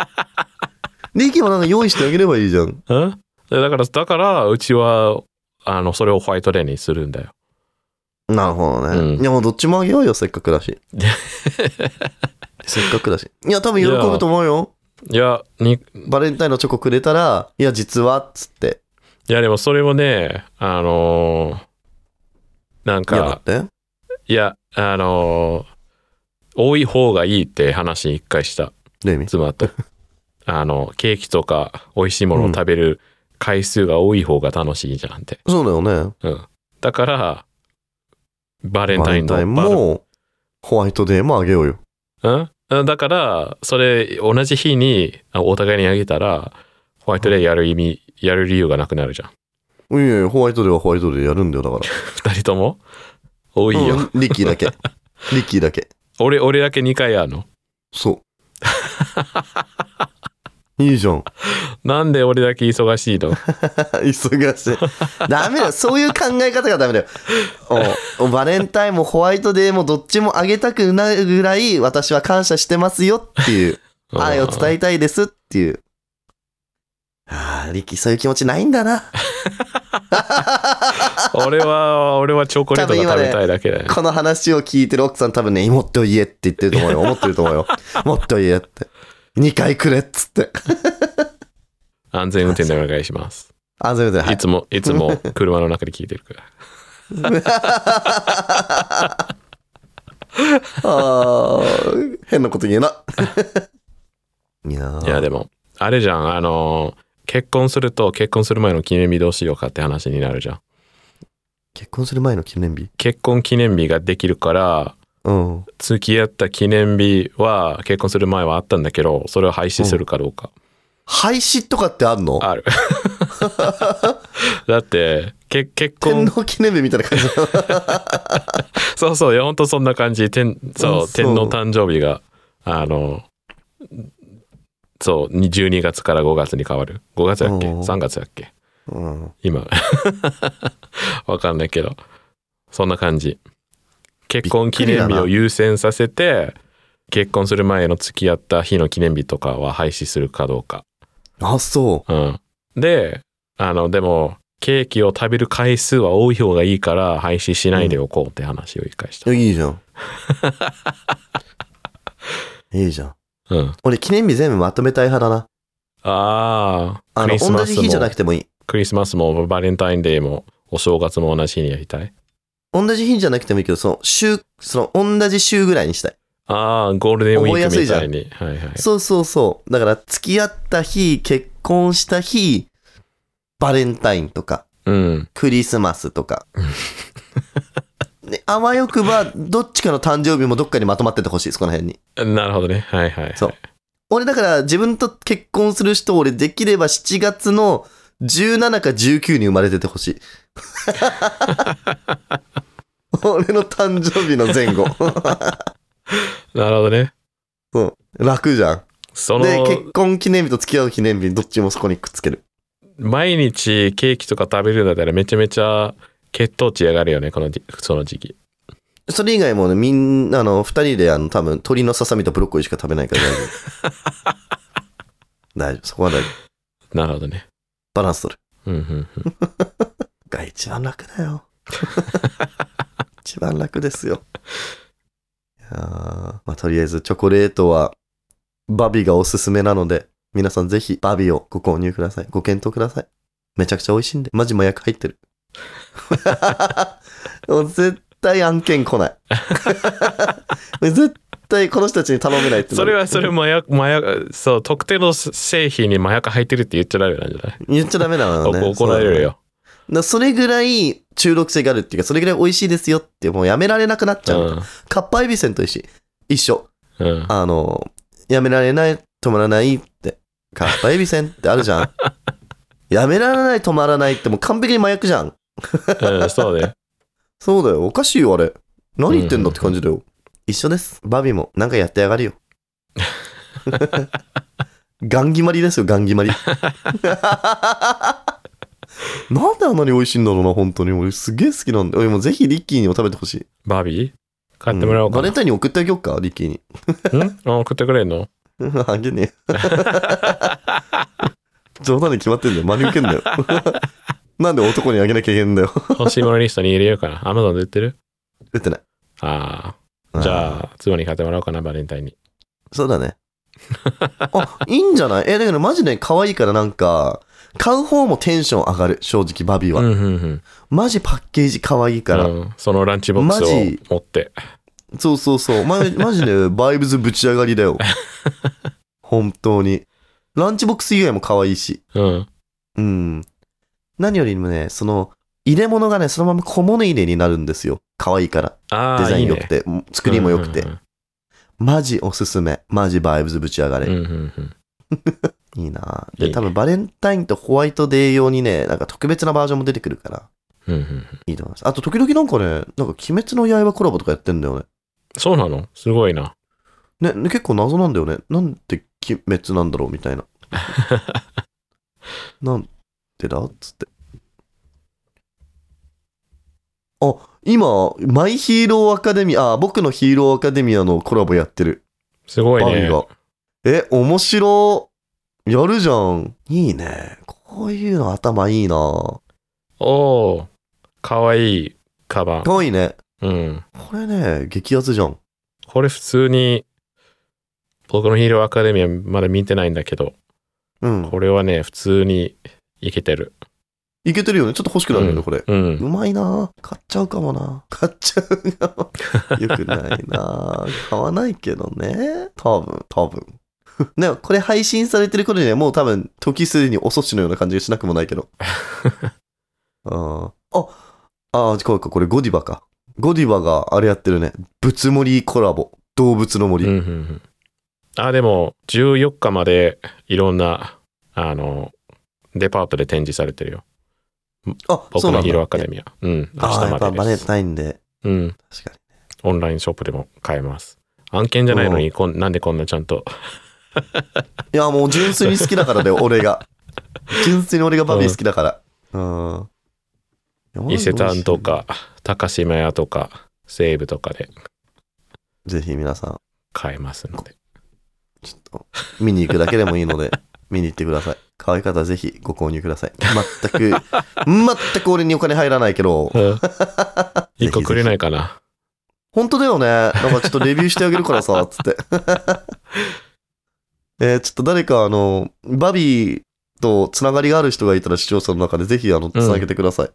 B: で、いけばなんか用意してあげればいいじゃん。
A: うんでだからだからうちはあのそれをホワイトデーにするんだよ
B: なるほどね。
A: うん
B: いや、もうどっちも あげようよ、せっかくだし。せっかくだし。いや、多分喜ぶと思うよ。
A: いやにい
B: バレンタインのチョコくれたら、いや、実は、っつって。
A: やでもそれもねあのーなん
B: 嫌だ
A: か
B: って
A: いやあのー多い方がいいって話一回した
B: レミ。
A: 妻 とあのケーキとか美味しいものを食べる回数が多い方が楽しいじゃんって、
B: そうだよね。
A: うん、だからバレン
B: バ
A: タ
B: レ
A: イン
B: ン
A: の
B: タインも、ホワイトデーもあげようよ。
A: うんだから、それ、同じ日に、あお互いにあげたら、ホワイトデーやる意味、やる理由がなくなるじゃん。
B: いやいや、ホワイトデーはホワイトデーやるんだよ、だから。
A: 二人とも 多いよ。
B: うんリッキーだけ。リッキーだけ。
A: 俺、俺だけ2回やるの。
B: そう。いいじゃん。
A: なんで俺だけ忙しいの
B: 忙しい。ダメだよ。そういう考え方がダメ だよ。おおバレンタインもホワイトデーもどっちもあげたくないぐらい私は感謝してますよっ ていう。愛を伝
A: え。
B: えたいですっていう。ああ、リキ、そういう気持ちないんだな。
A: 俺は、俺はチョコレートが食べたいだけだよ。
B: この話を聞いてる奥さん多分ね、もっと言えって言ってると思うよ。思ってると思 うよ。もっと言えって。2回くれっつって。
A: 安全運転でお願いします。
B: あ、すいません。はい
A: いつも、いつも車の中で聞いてるから。
B: あー変なこと言 えな。いやー
A: いや、でも、あれじゃん、あのー、結婚すると、結婚する前の記念日どうしようかって話になるじゃん。
B: 結婚する前の記念日
A: 結婚記念日ができるから、
B: うん。
A: 付き合った記念日は結婚する前はあったんだけどそれを廃止するかどうか、
B: 廃止とかってあんの
A: ある だってけ結
B: 天
A: 婚
B: 皇記念日みたいな感じ。
A: そうそういやほんとそんな感じ天
B: あ
A: そ
B: そう
A: う天皇誕生日があのそうに12月から5月に変わる5月だっけ
B: うん
A: 3月だっけ
B: うん。
A: 今 わかんないけどそんな感じ結婚記念日を優先させて結婚する前の付き合った日の記念日とかは廃止するかどうか
B: あ、そ
A: うん。で、あの、でも、ケーキを食べる回数は多い方がいいから廃止しないでおこうって話を一回した
B: う。。いいじゃ ん。いいじゃん。
A: うん。
B: 俺、記念日全部まとめたい派だな。
A: ああ、
B: あ
A: ク
B: の、
A: リス
B: 同
A: マ
B: じ
A: ス
B: 日じゃな
A: も
B: く、てもいい。
A: クリスマスもバレンタインデーもお正月も同じ日にやりたい。
B: 同じ日じゃなくてもいいけど、その、週、その、同じ週ぐらいにしたい。
A: ああ、ゴールデンウィ
B: 覚え
A: ー
B: や
A: ク
B: すい
A: み
B: じゃん
A: たいに。はいはい。
B: そうそうそう。だから、付き合った日、結婚した日、バレンタインとか、
A: うん。
B: クリスマス とか。ね、あわよくば、どっちかの誕生日もどっかにまとまっててほしいです、この辺に。
A: なるほどね。はいはい、はい。
B: そう俺、だから、自分と結婚する人、俺、できれば7月の17か19に生まれててほしい。 俺の誕生日の前後。
A: なるほどね。
B: 楽じゃん。
A: そ
B: で、
A: の、
B: 結婚記念日と付き合う記念日、どっちもそこにくっつける。
A: 毎日ケーキとか食べるんだったらめちゃめちゃ血糖値上がるよね、このじ、その時期。
B: それ以外もね、みんな、あの、二人で、あの、多分、鶏のささみとブロッコリーしか食べないから大丈夫。 大丈夫、そこは大丈夫。
A: なるほどね。
B: バランス取る。
A: うんうんうん。
B: が一番楽だよ。一番楽ですよ。いやーまあ、とりあえず、チョコレートは、バビがおすすめなので、皆さんぜひ、バビをご購入ください。ご検討ください。めちゃくちゃ美味しいんで、マジ麻薬入ってる。 もう絶対案件来ない。絶対この人たちに頼めないってな
A: そ
B: る
A: れはそれ麻薬麻薬そう特定の製品に麻薬入ってるって言っちゃダメなんじゃない、
B: 言っちゃダメなのね。
A: お怒られるよ
B: そう。だそれぐらい中毒性があるっていうか、それぐらい美味しいですよって、もうやめられなくなっち
A: う
B: ゃう。カッパエビセンと一緒。一緒。
A: んうん
B: あの、やめられない、止まらないって。カッパエビセンってあるじ ゃん。やめられない、止まらないってもう完璧に麻薬じゃ
A: う
B: ん。
A: んそうね
B: そうだよ。おかしいよ、あれ。何言ってんだって感じだよ。一緒です。バビもなんかやってやがるよ。 ガンギマリですよ、ガンギ マリ。なんであんなに美味しいんだろうな、本当に。俺すげえ好きなんだ。俺もうぜひリッキーにも食べてほしい。
A: バービー買ってもらおうかな
B: んバレン、タインに送ってあげようか、リッキーに。
A: うん、あ送ってくれんの
B: うん あげねえ。冗談に決まってんだよ。真に受けんだよ。 なんで男にあげなきゃいけんだよ。
A: 欲しいものリストに入れようかなアマゾンで売ってる
B: 打ってない。
A: ああじ
B: あー。
A: ゃあ妻に買ってもらおうかなバレンタインに
B: そうだね。 あ、いいんじゃないえ、だけどマジで可愛いからなんか、買う方もテンション上がる、正直、バビ
A: う
B: は。
A: んうんうん
B: マジパッケージ可愛いから。
A: うんそのランチボックス
B: マジ
A: を持って
B: そうそうそう。ま、マジで、バイブズぶち上がり だよ。本当に。ランチボックス以外も可愛いし。
A: うん
B: うん。何よりもね、その、入れ物がね、そのまま小物入れになるんですよ。可愛いから。
A: あ
B: デ
A: あ
B: ザ
A: い
B: イ
A: い
B: ン良
A: ね
B: くて、作りも良くて
A: う。ん
B: マジおすすめ。マジバイブズぶち上がれ。
A: うんうんうん
B: いいな
A: で
B: で、多分バレンタインとホワイトデー用にね、なんか特別なバージョンも出てくるから、
A: うんうんうん
B: いいと思います。あと、時々なんかね、なんか鬼滅の刃コラボとかやってんだよね。
A: そうなのすごいな
B: ね、ね結構謎なんだよね。なんで鬼滅なんだろうみた いな。なんでだっつって。あ、今、マイヒーローアカデミア、あ、僕のヒーローアカデミアのコラボやってる。
A: すごい
B: バ
A: ね
B: ンが。え、面白。やるじゃん。いいね。こういうの頭いいな。
A: おおかわいいカバン
B: かわいいね。
A: うん
B: これね、激アツじゃん。
A: これ普通に僕のヒーローアカデミアまだ見てないんだけど
B: うん。
A: これはね普通にいけてる
B: いけてるよね。ちょっと欲しくなるよね、これ。
A: うん
B: うまいな買っちゃうかもな買っちゃうか も。よくないな買わないけどね。多分、多分。 ね、これ配信されてる頃にはもう多分、時すでに遅しのような感じがしなくもないけ ど。あーあ、あー、こうか、これゴディバか。ゴディバがあれやってるね。ぶつ森コラボ。動物の森。
A: うんうんうん、あでも14日までいろんなあのデパートで展示されてるよ
B: あ、
A: 僕
B: そうな
A: の
B: ん
A: ヒーローア
B: だ。
A: カデミアうん明
B: ああー、やっ
A: 日
B: ぱ
A: ま
B: バ
A: でで
B: レ
A: す、
B: たいんで。
A: うん、
B: 確かに。
A: オンラインショップでも買えます案件じゃないのにこんなんでこんなちゃんと
B: いや、もう純粋に好きだ からだよ、俺が。純粋に俺がバビー好きだから。うん。いや
A: 伊勢丹と。か高島屋とか西武とかで
B: ぜひ皆さん、
A: 買えますので
B: ちょっと、見に行くだけでもいいの で、見に行ってください。可愛い方はぜひご購入ください。全く、全く俺にお金入らないけど、ひ
A: 一個くれないかな
B: 本当だよね。なんかちょっとレビューしてあげるから さ、つって。えーちょっと誰か、あの、バビーとつながりがある人がいたら視聴者の中でぜひ、あの、つなげてくださ い。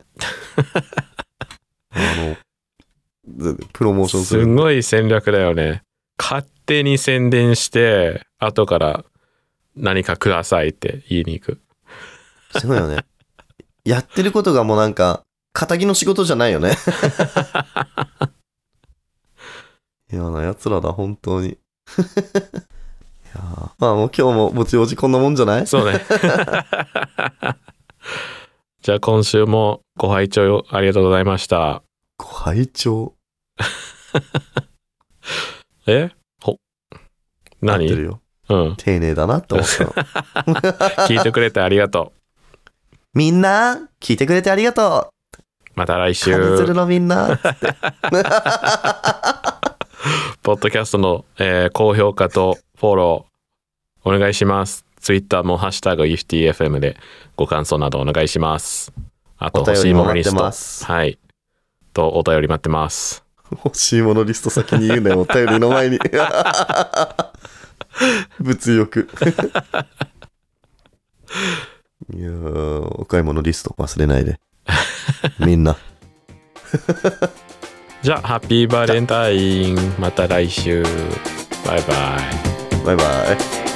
B: あの、ぜプロモーションす
A: す
B: る。
A: ごい戦略だよね勝手に宣伝して後から何かくださいって言いに行く
B: すごいよね。やってることがもうなんか、仇の仕事じゃない よね。嫌な奴らだ、本当に。い やーまあもう今日もぼちぼちこんなもんじゃない
A: そうね。 じゃあ今週もご拝聴ありがとうございました。
B: ご拝聴
A: えほ
B: 合
A: 何
B: ってる
A: う
B: よ。
A: ん。
B: 丁寧だなって思った の。
A: 聞いてくれてありがと
B: みんな、聞いてくれてありが
A: う。
B: と
A: また来
B: う。カニツル
A: 週、
B: のみんな。つって
A: ポッドキャストの、えー高評価とフォローお願いします。ツイッターもハッシュタグ UFTFM でご感想などお願いします。あと
B: お
A: 欲
B: 便
A: しい
B: り
A: も
B: も
A: の
B: 待
A: リ
B: って
A: スト
B: ま。す。
A: はい。とお便り待ってます。
B: 欲しいものリスト先に言 うなよ、お便りの前に。物欲。いやーお買い物リスト忘れないで。みんな。
A: じゃあ、ハッピーバレンタイン。また来週。バイバイ。
B: バイバイ。